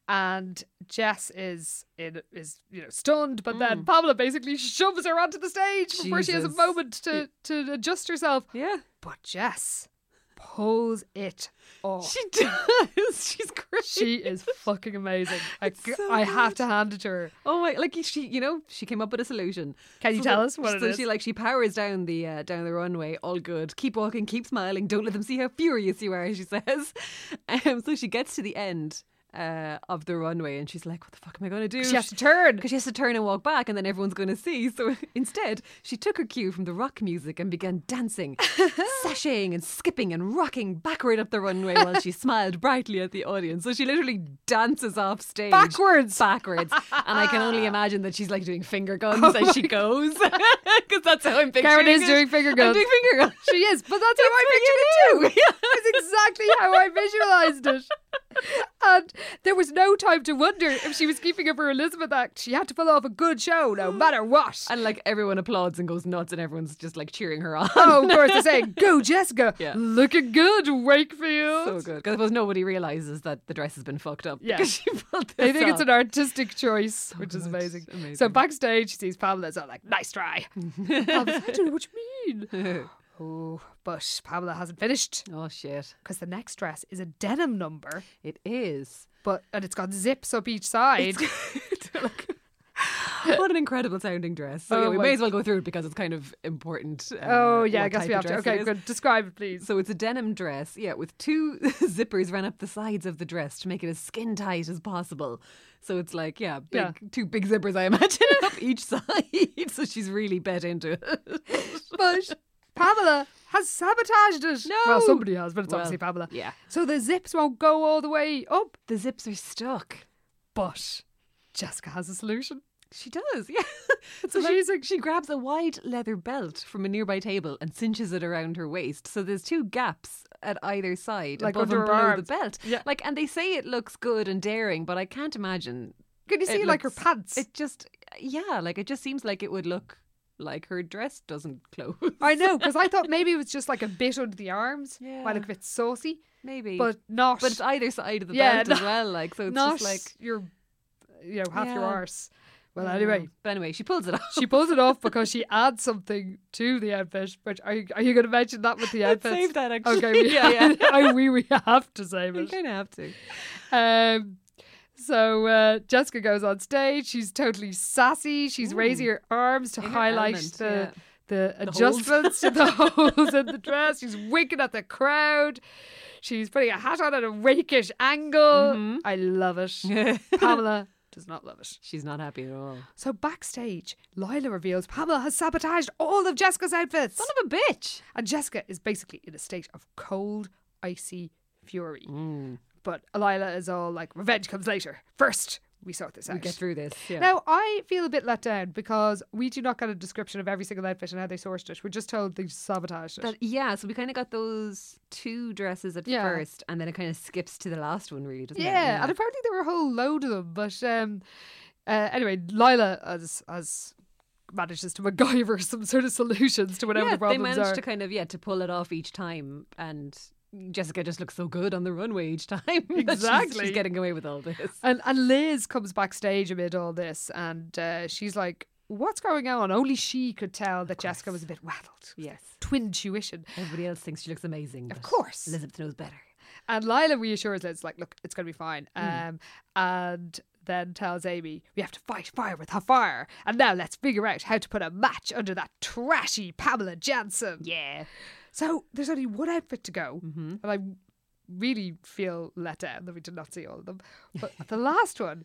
B: And Jess is in, is you know stunned, but then Pamela basically shoves her onto the stage before she has a
C: Mm. Jesus.
B: moment to to adjust herself.
C: yeah,
B: But Jess pulls it off.
C: she does. She's great.
B: She is fucking amazing. I,
C: It's so
B: I have to hand it to her.
C: Oh my! Like she, you know, she came up with a solution.
B: Can you tell
C: that-
B: us what it
C: so
B: is?
C: she like she powers down the uh, down the runway. All good. Keep walking. Keep smiling. Don't let them see how furious you are. She says. Um, so she gets to the end uh, of the runway and she's like, "What the fuck am I going to do?"
B: She has to turn.
C: because she has to turn and walk back, and then everyone's going to see. So instead, she took her cue from the rock music and began dancing, sashaying and skipping and rocking backward up the runway while she smiled brightly at the audience. So she literally dances off stage
B: Backwards.
C: backwards, and I can only imagine that she's like doing finger guns
B: Oh
C: as she goes, because that's how I'm picturing
B: Karen is
C: it.
B: doing finger
C: I'm
B: guns.
C: doing finger guns.
B: She is, but that's how I pictured it too. That's exactly how I visualized it. And there was no time to wonder if she was keeping up her Elizabeth act. She had to pull off a good show, no matter what.
C: And like everyone applauds and goes nuts, and everyone's just like cheering her on.
B: Oh, of course, they're saying, "Go, Jessica!
C: Yeah.
B: Looking good, Wakefield."
C: So good. 'Cause I suppose nobody realizes that the dress has been fucked up.
B: Oh, Yeah.
C: Because she pulled this
B: They think
C: off.
B: it's an artistic choice, which is
C: good.
B: amazing. So
C: Amazing.
B: backstage, she sees Pamela, so I'm like, nice try. Pamela's, I don't know what you mean. oh, but Pamela hasn't finished
C: Oh shit!
B: because the next dress is a denim number,
C: It is.
B: but and it's got zips up each side.
C: what an incredible sounding dress. So yeah,
B: Oh
C: we
B: my-
C: may as well go through it because it's kind of important. uh,
B: Oh yeah, I
C: what
B: guess we
C: type
B: have
C: of
B: to.
C: dress it
B: Okay,
C: is.
B: good. Describe it, please.
C: So it's a denim dress, yeah, with two zippers ran up the sides of the dress to make it as skin tight as possible. So it's like, yeah, big,
B: Yeah.
C: two big zippers, I imagine, up each side. So she's really bet into it.
B: But Pamela has sabotaged it.
C: No.
B: Well, somebody has, but it's
C: Well,
B: obviously Pamela.
C: yeah.
B: So the zips won't go all the way up,
C: the zips are stuck.
B: but Jessica has a solution.
C: She does, yeah. so she's like, she grabs a wide leather belt from a nearby table and cinches it around her waist. So there's two gaps at either side,
B: Like
C: above
B: under
C: and
B: her
C: below
B: arms.
C: the belt.
B: Yeah.
C: Like, and they say it looks good and daring, but I can't imagine.
B: Can you see
C: it
B: like
C: looks-
B: her pants?
C: It just, yeah, like it just seems like it would look like her dress doesn't close.
B: I know because I thought maybe it was just like a bit under the arms, yeah. might
C: Yeah.
B: look a bit saucy,
C: Maybe,
B: but not.
C: but it's either side of the
B: Yeah,
C: belt
B: no-
C: as well. Like, so it's
B: not
C: just like
B: your, you know, half your
C: Yeah.
B: arse. Well, anyway,
C: But anyway, she pulls it off.
B: she pulls it off because she adds something to the outfit. Which are you, are you going to mention that with the outfit?
C: save that, actually.
B: Okay, we,
C: Yeah, yeah.
B: I, we we have to save
C: You
B: it.
C: kind of have to.
B: Um, so uh, Jessica goes on stage. She's totally sassy. She's raising her arms to
C: In her
B: highlight
C: element,
B: the.
C: yeah.
B: The
C: holes.
B: adjustments to the holes in the dress. She's winking at the crowd. She's putting a hat on at a rakish angle.
C: Mm-hmm.
B: I love it. Pamela does not love it.
C: She's not happy at all.
B: So backstage, Lila reveals Pamela has sabotaged all of Jessica's outfits.
C: Son of a bitch.
B: And Jessica is basically in a state of cold, icy fury.
C: Mm.
B: But Lila is all like, revenge comes later. First, we sort this out.
C: Get through this. Yeah.
B: Now, I feel a bit let down because we do not get a description of every single outfit and how they sourced it. We're just told they sabotaged it.
C: But yeah, so we kind of got those two dresses at
B: Yeah.
C: first, and then it kind of skips to the last one, really, doesn't
B: yeah,
C: it?
B: and apparently there were a whole load of them. But um, uh, anyway, Lila as as manages to MacGyver some sort of solutions to whatever
C: Yeah,
B: the
C: they
B: problems
C: managed
B: are.
C: to kind of yeah to pull it off each time, and Jessica just looks so good on the runway each time. that she's- she's,
B: Exactly.
C: getting away with all this.
B: And and Liz comes backstage amid all this, and uh, she's like, "What's going on?" Only she could tell that Jessica was a bit rattled.
C: Yes,
B: Twin tuition.
C: everybody else thinks she looks amazing. Of
B: course.
C: Elizabeth knows better.
B: And Lila reassures Liz, like, "Look, it's going to be fine." Um, and then tells Amy, "We have to fight fire with hot fire, and now let's figure out how to put a match under that trashy Pamela Jansen."
C: Yeah,
B: So there's only one outfit to go,
C: Mm-hmm.
B: and I really feel let down that we did not see all of them. But the last one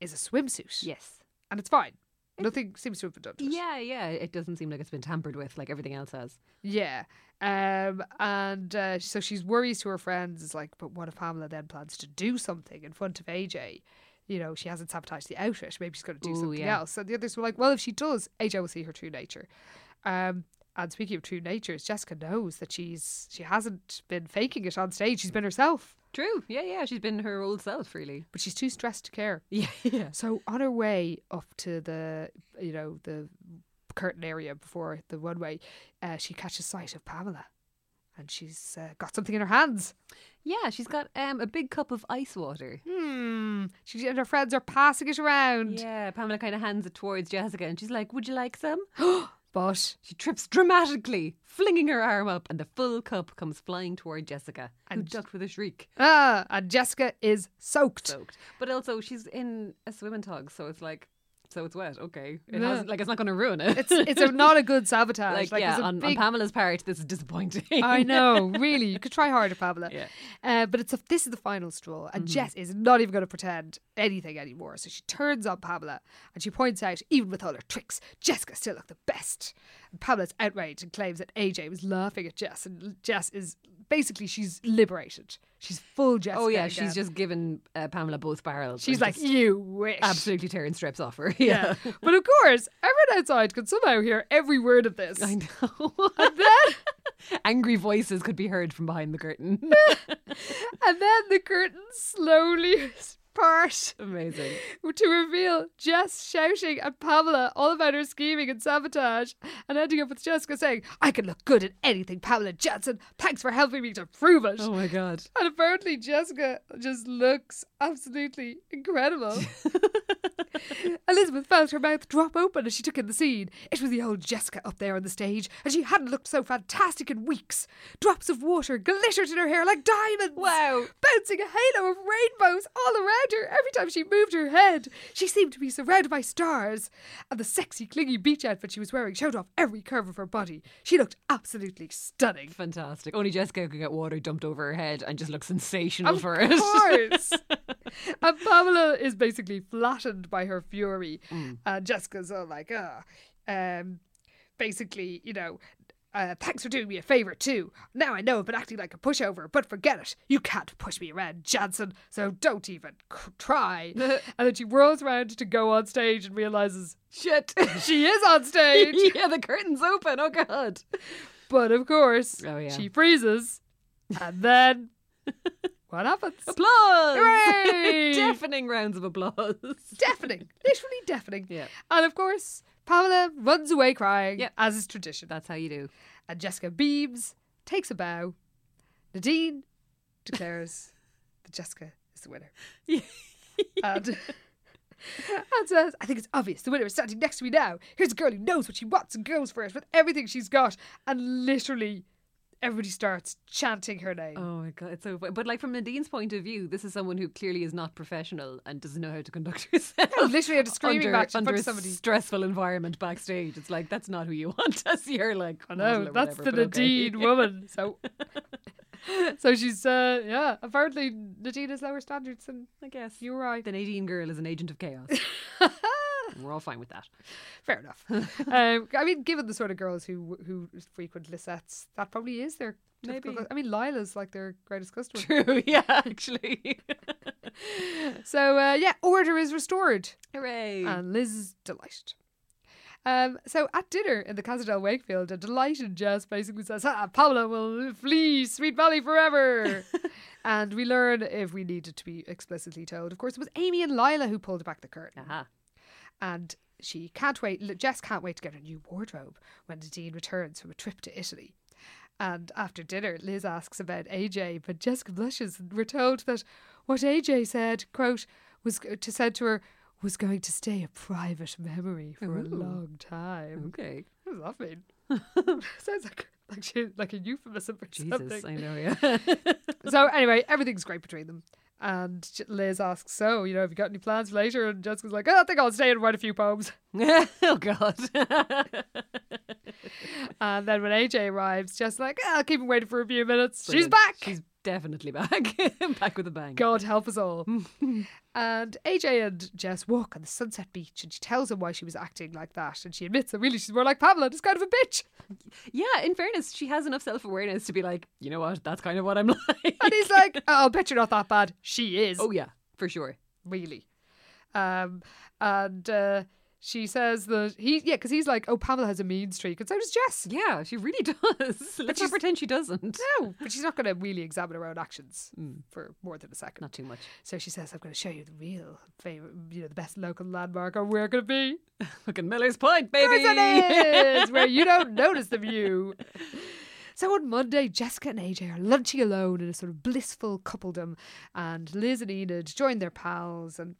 B: is a swimsuit,
C: yes,
B: and it's fine. Nothing seems to have been done. To it.
C: yeah, yeah. It doesn't seem like it's been tampered with, like everything else has.
B: Yeah. Um, and uh, so she's worries to her friends, is like, but what if Pamela then plans to do something in front of AJ? You know, she hasn't sabotaged the outfit. Maybe she's going to do
C: Ooh,
B: something
C: yeah.
B: else. And the others were like, well, if she does, AJ will see her true nature. Um, and speaking of true natures, Jessica knows that she's she hasn't been faking it on stage. She's been herself,
C: True. Yeah, yeah. She's been her old self, really.
B: but she's too stressed to care.
C: Yeah, yeah.
B: So on her way up to the, you know, the curtain area before the runway, uh, she catches sight of Pamela, and she's uh, got something in her hands.
C: Yeah, she's got um, a big cup of ice water.
B: Hmm. She and her friends are passing it around,
C: Yeah, Pamela kind of hands it towards Jessica, and she's like, "Would you like some?"
B: but
C: She trips dramatically, flinging her arm up, and the full cup comes flying toward Jessica, who
B: And-
C: ducked with a shriek,
B: ah, and Jessica is soaked.
C: soaked. But also, she's in a swimming tog, so it's like, so it's wet. Okay, it
B: Yeah.
C: hasn't, like it's not going to ruin it.
B: It's it's a, not a good sabotage.
C: like,
B: there's
C: yeah,
B: a
C: on, on
B: big-
C: Pamela's part, this is disappointing.
B: I know, really. You could try harder, Pamela.
C: Yeah. Mm-hmm.
B: Uh, but it's a, this is the final straw, and Jess is not even going to pretend anything anymore. So she turns on Pamela and she points out, even with all her tricks, Jessica still looked the best. And Pamela's outraged and claims that AJ was laughing at Jess, and Jess is basically she's liberated. She's full Jessica.
C: oh yeah,
B: again.
C: she's just given uh, Pamela both barrels.
B: she's
C: and
B: like
C: just
B: you wish.
C: absolutely tearing strips off her.
B: Yeah. but of course, everyone outside could somehow hear every word of this.
C: I know.
B: And then
C: Angry voices could be heard from behind the curtain.
B: and then the curtains slowly part.
C: Amazing.
B: to reveal Jess shouting at Pamela all about her scheming and sabotage, and ending up with Jessica saying, I can look good at anything, Pamela Johnson. Thanks for helping me to prove it.
C: Oh my god.
B: And apparently, Jessica just looks absolutely incredible. Elizabeth felt her mouth drop open as she took in the scene. It was the old Jessica up there on the stage, and she hadn't looked so fantastic in weeks. Drops of water glittered in her hair like diamonds.
C: Wow.
B: Bouncing a halo of rainbows all around her every time she moved her head. She seemed to be surrounded by stars. And the sexy, clingy beach outfit she was wearing showed off every curve of her body. She looked absolutely stunning.
C: Fantastic. Only Jessica could get water dumped over her head and just look sensational
B: Of
C: for it.
B: course. and Pamela is basically flattened by her fury.
C: Mm.
B: And Jessica's all like, oh, um, basically, you know, uh, thanks for doing me a favour too. Now I know I've been acting like a pushover, but forget it. You can't push me around, Jansen, so don't even c- try. and then she whirls around to go on stage and realises
C: Shit.
B: she is on stage.
C: yeah, the curtain's open. Oh god.
B: but of course,
C: Oh, yeah.
B: she freezes. And then what happens?
C: Applause.
B: Hooray!
C: Deafening rounds of applause.
B: deafening, literally deafening.
C: Yeah.
B: And of course, Pamela runs away crying,
C: Yeah.
B: as is tradition.
C: That's how you do.
B: And Jessica beams, takes a bow. Nadine declares that Jessica is the winner.
C: Yeah.
B: and And says, I think it's obvious. The winner is standing next to me now. Here's a girl who knows what she wants and goes for it with everything she's got. And literally, everybody starts chanting her name.
C: Oh my god, it's so. fu- But like from Nadine's point of view, this is someone who clearly is not professional and doesn't know how to conduct herself.
B: No, literally, I'm just screaming
C: Oh. under,
B: back in
C: under
B: front
C: a
B: of somebody.
C: stressful environment backstage. It's like that's not who you want to see her like.
B: I know,
C: model or
B: that's
C: whatever,
B: the
C: but okay.
B: Nadine woman. So. So she's, uh, yeah, apparently Nadine has lower standards than
C: I guess
B: you or I.
C: the Nadine girl is an agent of chaos. And We're all fine with that.
B: Fair enough. um, I mean, given the sort of girls who who frequent Lisette's, that probably is their typical
C: Maybe.
B: cu- I mean, Lila's like their greatest customer.
C: True. Yeah. Actually.
B: So uh, yeah, order is restored,
C: Hooray.
B: and Uh, Liz is delighted. Um, so at dinner in the Casa del Wakefield, a delighted Jess basically says, "Ah, Pamela will flee Sweet Valley forever," and we learn if we needed to be explicitly told. Of course, it was Amy and Lila who pulled back the curtain.
C: Aha.
B: and she can't wait. L- Jess can't wait to get her new wardrobe when Nadine returns from a trip to Italy. And after dinner, Liz asks about AJ, but Jessica blushes. And we're told that what AJ said, quote, was g- to said to her was going to stay a private memory for a
C: Ooh.
B: long time.
C: Okay.
B: What does that mean? Sounds like like she, like a euphemism for something
C: Jesus. I know. Yeah.
B: so anyway, everything's great between them. And J- Liz asks, "So, you know, have you got any plans for later?" And Jessica's like, "Oh, I think I'll stay and write a few poems."
C: oh God.
B: And then when AJ arrives, Jess is like, "Ah, I'll keep him waiting for a few minutes. She's
C: Brilliant.
B: back.
C: She's definitely back. back with a bang.
B: God help us all. and AJ and Jess walk on the sunset beach, and she tells him why she was acting like that, and she admits that really she's more like Pamela, just kind of a bitch.
C: Yeah, in fairness, she has enough self awareness to be like, you know what, that's kind of what I'm like.
B: And he's like, "Oh, I bet you're not that bad. She is."
C: oh, yeah, for sure.
B: really. Um, and uh, she says that he, yeah, because he's like, oh, Pamela has a mean streak, and so does Jess.
C: Yeah, she really does. Let's
B: she's-
C: not pretend she doesn't.
B: No, but she's not going to really examine her own actions
C: Mm.
B: for more than a second.
C: Not too much.
B: So she says, I'm going to show you the real favorite, you know, the best local landmark on where going to be.
C: Fucking Miller's Point, baby.
B: Prison is where you don't notice the view. So on Monday, Jessica and AJ are lunching alone in a sort of blissful coupledom, and Liz and Enid join their pals, and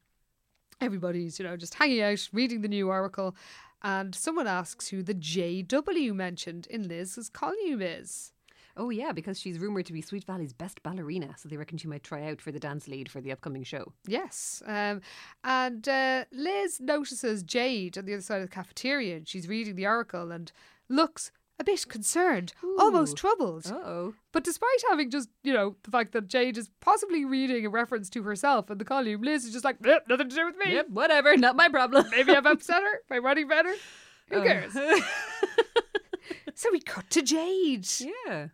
B: everybody's, you know, just hanging out, reading the new Oracle. And someone asks who the JW mentioned in Liz's column is.
C: Oh, yeah, because she's rumored to be Sweet Valley's best ballerina, so they reckon she might try out for the dance lead for the upcoming show.
B: Yes. Um, and uh, Liz notices Jade on the other side of the cafeteria, and she's reading the Oracle and looks a bit concerned, almost
C: Ooh.
B: troubled.
C: Uh oh.
B: But despite having just, you know, the fact that Jade is possibly reading a reference to herself in the column, Liz is just like, "Nope, nothing to do with me.
C: Yep, whatever, not my problem.
B: Maybe I've upset her by writing better. Who
C: Oh.
B: cares? so we cut to Jade.
C: yeah.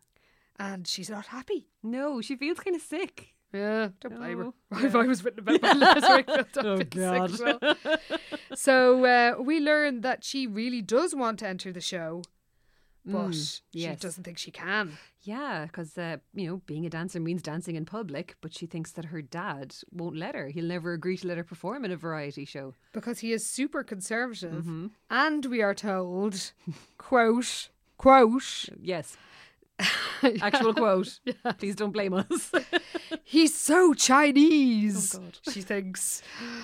B: And she's not happy.
C: No, she feels kind of sick.
B: Yeah, don't blame
C: No.
B: her. if I was written about by Liz Wakefield, I'd
C: Oh,
B: be
C: God.
B: sick as well. So uh, we learn that she really does want to enter the show, but
C: Mm,
B: she
C: yes.
B: doesn't think she can.
C: Yeah, because uh, you know, being a dancer means dancing in public, but she thinks that her dad won't let her. He'll never agree to let her perform in a variety show.
B: because he is super conservative
C: Mm-hmm.
B: and we are told quote quote
C: Yes, actual quote. Please don't blame us.
B: he's so chinese
C: Oh, God.
B: she thinks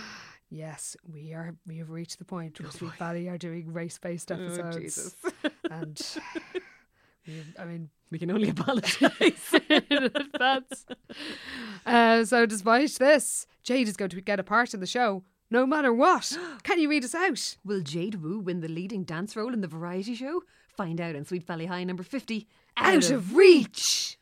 B: yes we are we have reached the point where sweet valley are doing race-based episodes
C: Oh, Jesus.
B: and we, i mean
C: we can only apologize.
B: in advance. Uh, so despite this jade is going to get a part in the show no matter what can you read us out
C: Will Jade Wu win the leading dance role in the variety show? Find out in Sweet Valley High number fifty.
B: out of reach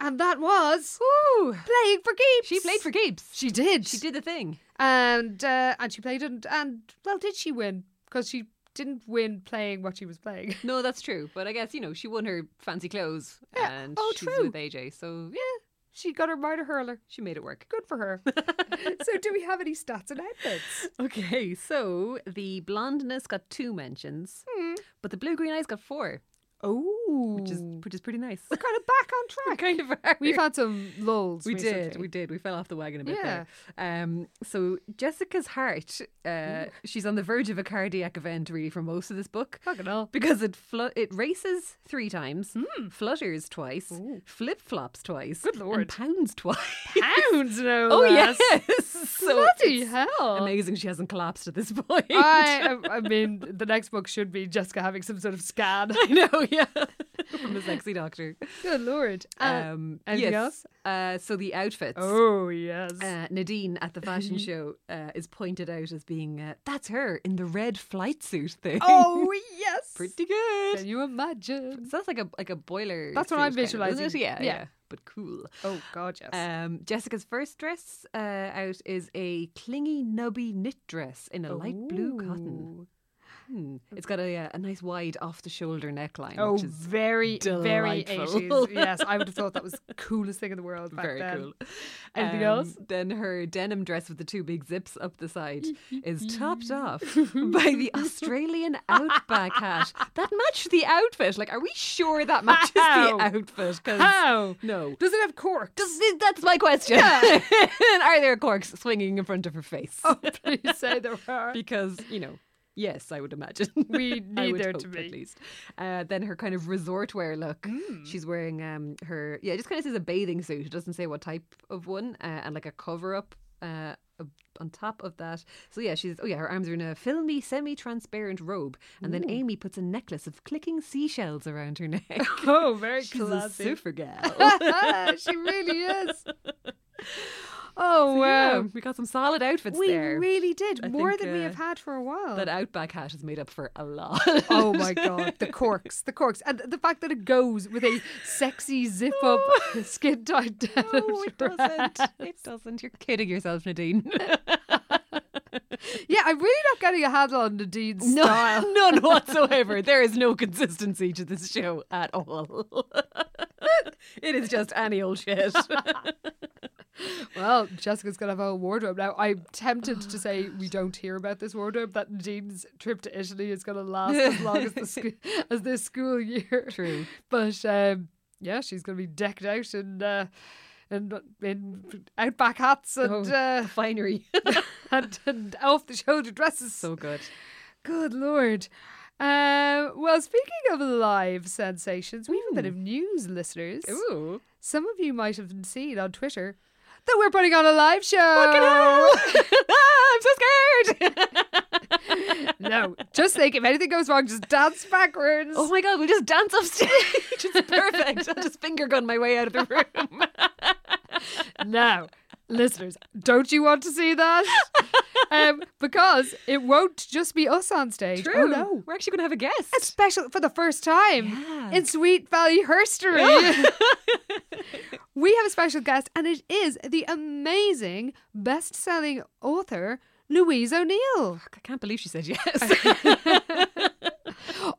B: and that was
C: Woo!
B: playing for keeps
C: She played for keeps.
B: She did.
C: She did the thing.
B: and uh, and she played and and well, did she win? Because she didn't win playing what she was playing.
C: No, that's true. But I guess you know she won her fancy clothes,
B: Yeah,
C: and
B: oh,
C: she's
B: true.
C: with AJ, so yeah,
B: She got her minor hurler.
C: she made it work.
B: Good for her. so, do we have any stats and outfits?
C: Okay, Hmm. so the blondness got two mentions, but the blue green eyes got four.
B: Oh,
C: which is
B: Ooh.
C: which is pretty nice.
B: kind of back on track.
C: kind of hard.
B: We've had some lulls.
C: We did,
B: recently.
C: we did. We fell off the wagon a bit there. Um, so Jessica's heart, uh, she's on the verge of a cardiac event, really, for most of this book.
B: Fucking hell.
C: Because it flu- it races three times, flutters twice, flip flops twice,
B: Hmm. Good lord.
C: and pounds twice.
B: Pounds, no
C: oh
B: less.
C: yes, so
B: Bloody
C: it's
B: hell.
C: Amazing, she hasn't collapsed at this point.
B: I, I I mean, the next book should be Jessica having some sort of scan.
C: I know, yeah, from a sexy doctor.
B: Good lord. Uh,
C: Um,
B: anything
C: yes.
B: else?
C: Uh, so the outfits.
B: oh, yes.
C: Uh, Nadine at the fashion
B: Mm-hmm.
C: show uh, is pointed out as being uh, that's her in the red flight suit thing.
B: oh, yes.
C: pretty good.
B: Can you imagine?
C: So that's like a like a boiler.
B: That's what I'm
C: suit kind of, isn't
B: visualising.
C: it? Yeah,
B: Yeah.
C: yeah, but cool.
B: Oh, God, yes.
C: Um, Jessica's first dress uh, out is a clingy, nubby knit dress in
B: Oh.
C: a light blue cotton.
B: Ooh.
C: Hmm. It's got a, uh, a nice wide off the shoulder neckline,
B: Oh,
C: which is
B: very, very
C: delightful.
B: 80s. Yes, I would have thought that was the coolest thing in the world back
C: very
B: then.
C: cool.
B: Anything
C: Um,
B: else?
C: Then her denim dress with the two big zips up the side is topped off by the Australian outback hat that matched the outfit. Like, are we sure that matches
B: How?
C: the outfit? 'Cause-
B: How?
C: No.
B: Does it have cork?
C: Does- that's my question. are there corks swinging in front of her face?
B: Please say there are.
C: Oh, because you know. Yes, I would imagine.
B: We
C: I
B: need
C: would
B: there to
C: hope
B: be.
C: at least. Uh, then her kind of resort wear look.
B: Mm. Mm-hmm.
C: She's wearing um her yeah, it just kind of says a bathing suit. It doesn't say what type of one, uh, and like a cover up uh ab- on top of that. So yeah, she's oh yeah, her arms are in a filmy, semi-transparent robe, and then Amy puts a necklace of clicking seashells around her neck.
B: Oh, very
C: She's a
B: classy.
C: super gal.
B: she really is. Oh,
C: yeah,
B: wow.
C: we got some solid outfits
B: We
C: there.
B: really did.
C: I
B: More
C: think,
B: than we
C: uh,
B: have had for a while.
C: that outback hat is made up for a lot.
B: oh, my God. The corks. The corks. And the fact that it goes with a sexy zip up, skin tight denim.
C: No, it
B: dress.
C: doesn't. It doesn't. You're kidding yourself, Nadine.
B: Yeah, I'm really not getting a handle on Nadine's style.
C: none whatsoever. There is no consistency to this show at all. it is just any old shit.
B: Well, Jessica's going to have a whole wardrobe now. I'm tempted
C: Oh,
B: to say we don't hear about this wardrobe, that Nadine's trip to Italy is going to last as long as, the sc- as this school year.
C: True.
B: But um, yeah, she's going to be decked out in uh, in, in outback hats and,
C: Oh.
B: uh,
C: Finery.
B: and and off the shoulder dresses.
C: so good.
B: good lord. Um, well, speaking of live sensations, we have a bit of news, listeners.
C: Ooh.
B: Some of you might have seen on Twitter that we're putting on a live show.
C: Ah, I'm so scared.
B: no, just think if anything goes wrong, just dance backwards.
C: Oh my god, we'll just dance upstage. It's perfect. I'll just finger gun my way out of the room.
B: Now, listeners, don't you want to see that? um, because it won't just be us on stage. Oh no.
C: We're actually going to have a guest.
B: A special for the first time
C: Yeah.
B: in Sweet Valley Herstory. we have a special guest, and it is the amazing best selling author Louise O'Neill,
C: I can't believe she said yes.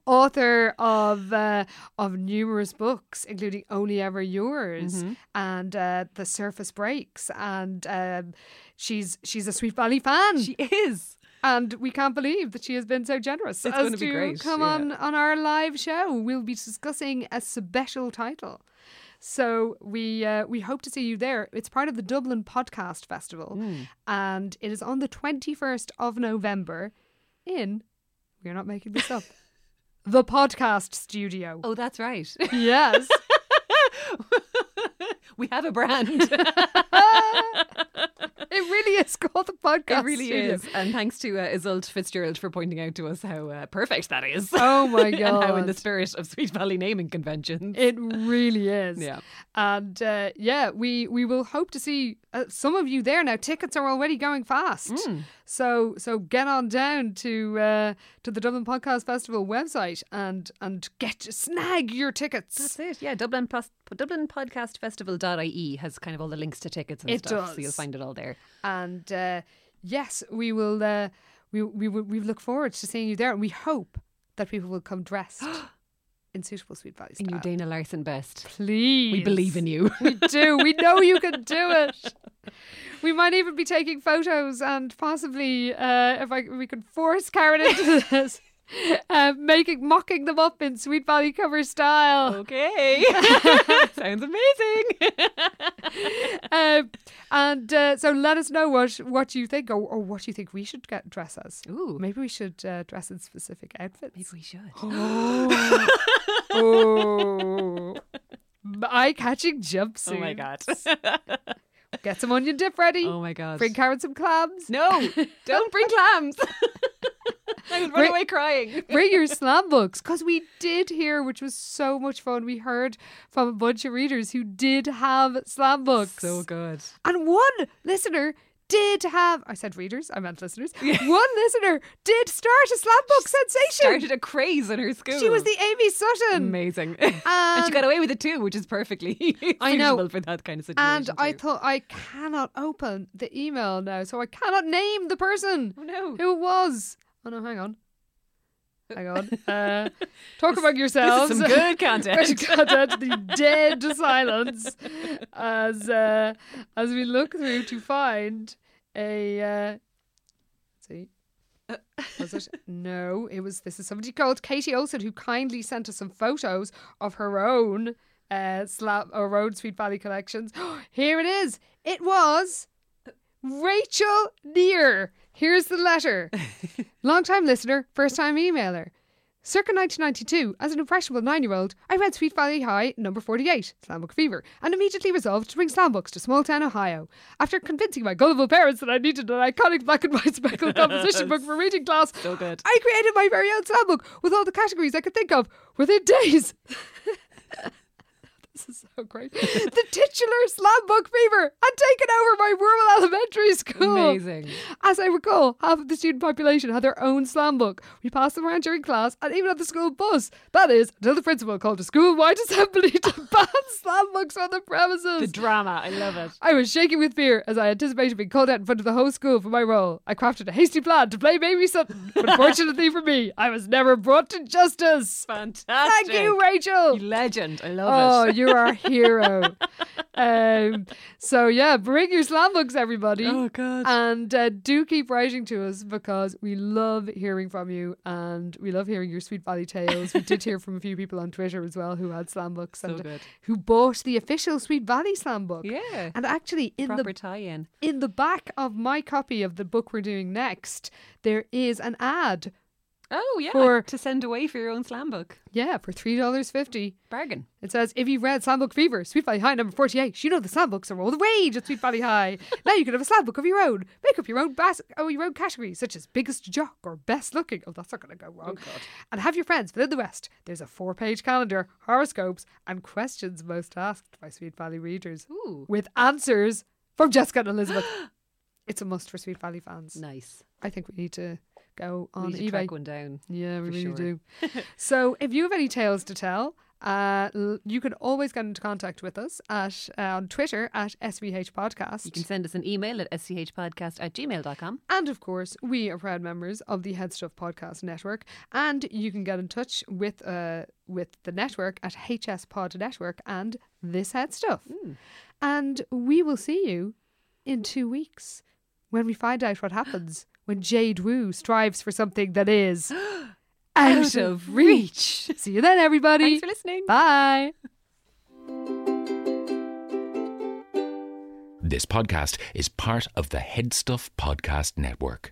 B: author of uh, of numerous books, including Only Ever Yours and uh, The Surface Breaks, and um, she's she's a Sweet Valley fan.
C: she is.
B: And we can't believe that she has been so generous
C: It's
B: as to
C: gonna be great,
B: come
C: yeah.
B: on on our live show. We'll be discussing a special title. So we uh, we hope to see you there. It's part of the Dublin Podcast Festival,
C: Hmm.
B: and it is on the twenty first of November. In we're not making this up. The podcast studio.
C: Oh, that's right.
B: Yes.
C: we have a brand.
B: it really is called the podcast
C: It really
B: studio.
C: is. And thanks to uh, Isolde Fitzgerald for pointing out to us how uh, perfect that is.
B: Oh my
C: and
B: god.
C: how in the spirit of Sweet Valley naming conventions.
B: It really is.
C: Yeah.
B: And uh, yeah, we we will hope to see uh, some of you there now. Tickets are already going fast.
C: Hmm.
B: So so get on down to uh, to the Dublin Podcast Festival website and and get snag your tickets.
C: That's it. Yeah, Dublin Plus, Dublin Podcast Festival.ie E has kind of all the links to tickets and
B: It
C: stuff.
B: does.
C: So you'll find it all there.
B: And uh, yes, we will uh, we we will, we look forward to seeing you there and we hope that people will come dressed in suitable sweet valley
C: In
B: style.
C: your Dana Larson best.
B: Please.
C: We believe in you.
B: We do. We know you can do it. We might even be taking photos and possibly, uh, if I, we could force Karen into this, uh, making mocking them up in Sweet Valley cover style.
C: Okay. Sounds amazing.
B: Uh, and uh, so let us know what what you think or, or what you think we should get dress as.
C: Ooh.
B: Maybe we should uh, dress in specific outfits.
C: Maybe we should.
B: oh. Eye catching jumpsuit.
C: Oh my god.
B: Get some onion dip ready.
C: Oh my god.
B: Bring Karen some clams.
C: no, don't bring clams. I would run
B: Bring-
C: away crying.
B: Bring your slam books because we did hear, which was so much fun. We heard from a bunch of readers who did have slam books.
C: good.
B: And one listener did have, I said readers, I meant listeners. One listener did start a slam book sensation.
C: Started a craze in her school.
B: She was the Amy Sutton.
C: amazing, and she got away with it too, which is perfectly
B: Um, I know.
C: suitable for that kind of situation.
B: And I
C: too.
B: thought I cannot open the email now, so I cannot name the person
C: oh no,
B: who it was. Oh no, hang on. Hang on. Uh, talk among yourselves.
C: this is some
B: Fresh
C: good content.
B: content, the dead silence as uh, as we look through to find a uh, see was it no it was this is somebody called Katie Olsen who kindly sent us some photos of her own uh, slab or her own Sweet Valley collections here it is it was Rachel Neer here's the letter long time listener first time emailer Circa 1992, as an impressionable nine-year-old, I read Sweet Valley High number 48, Slam Book Fever, and immediately resolved to bring slam books to small-town Ohio. After convincing my gullible parents that I needed an iconic black and white speckled composition book for reading class,
C: So good.
B: I created my very own slam book with all the categories I could think of within days. this is so great. the titular Slam Book Fever had taken over my rural elementary school.
C: Amazing.
B: As I recall, half of the student population had their own slam book. We passed them around during class and even on the school bus. That is, until the principal called a school-wide assembly to ban slam books on the premises.
C: The drama, I love it.
B: I was shaking with fear as I anticipated being called out in front of the whole school for my role. I crafted a hasty plan to blame Amy Sutton, but fortunately for me, I was never brought to justice.
C: Fantastic.
B: Thank you, Rachel.
C: You legend. I
B: Oh,
C: love it.
B: you are a hero. um, so, yeah, bring your slam books, everybody.
C: Oh, god.
B: And uh, do keep writing to us because we love hearing from you and we love hearing your Sweet Valley tales. We did hear from a few people on Twitter as well who had slam books
C: So
B: and
C: good.
B: who bought the official Sweet Valley slam book.
C: yeah.
B: And actually, in
C: Proper
B: the
C: tie-in.
B: in the back of my copy of the book we're doing next, there is an ad.
C: Oh yeah.
B: For-
C: to send away for your own slam book.
B: Yeah, for three dollars fifty.
C: Bargain.
B: It says, if you've read Slam Book Fever, Sweet Valley High number 48, you know the slam books are all the rage at Sweet Valley High. now you can have a slam book of your own. Make up your own bas- oh, your own category, such as biggest jock or best looking. Oh, that's not going to go wrong. And have your friends fill in the rest. There's a four page calendar, horoscopes, and questions most asked by Sweet Valley readers
C: Ooh.
B: with answers from Jessica and Elizabeth. it's a must for Sweet Valley fans.
C: Nice.
B: I think we need to go
C: We
B: on
C: need
B: eBay.
C: to track one down.
B: Yeah, we
C: for
B: really
C: sure.
B: do. so if you have any tales to tell, uh, l- you can always get into contact with us at uh, on Twitter at SVH Podcast.
C: You can send us an email at schpodcast at gmail.com.
B: and of course, we are proud members of the Head Stuff Podcast Network. And you can get in touch with uh, with the network at HS Pod Network and This Head Stuff.
C: Hmm.
B: And we will see you in two weeks when we find out what happens when Jade Wu strives for something that is out of reach. See you then, everybody.
C: Thanks for listening.
B: Bye.
D: This podcast is part of the Headstuff Podcast Network.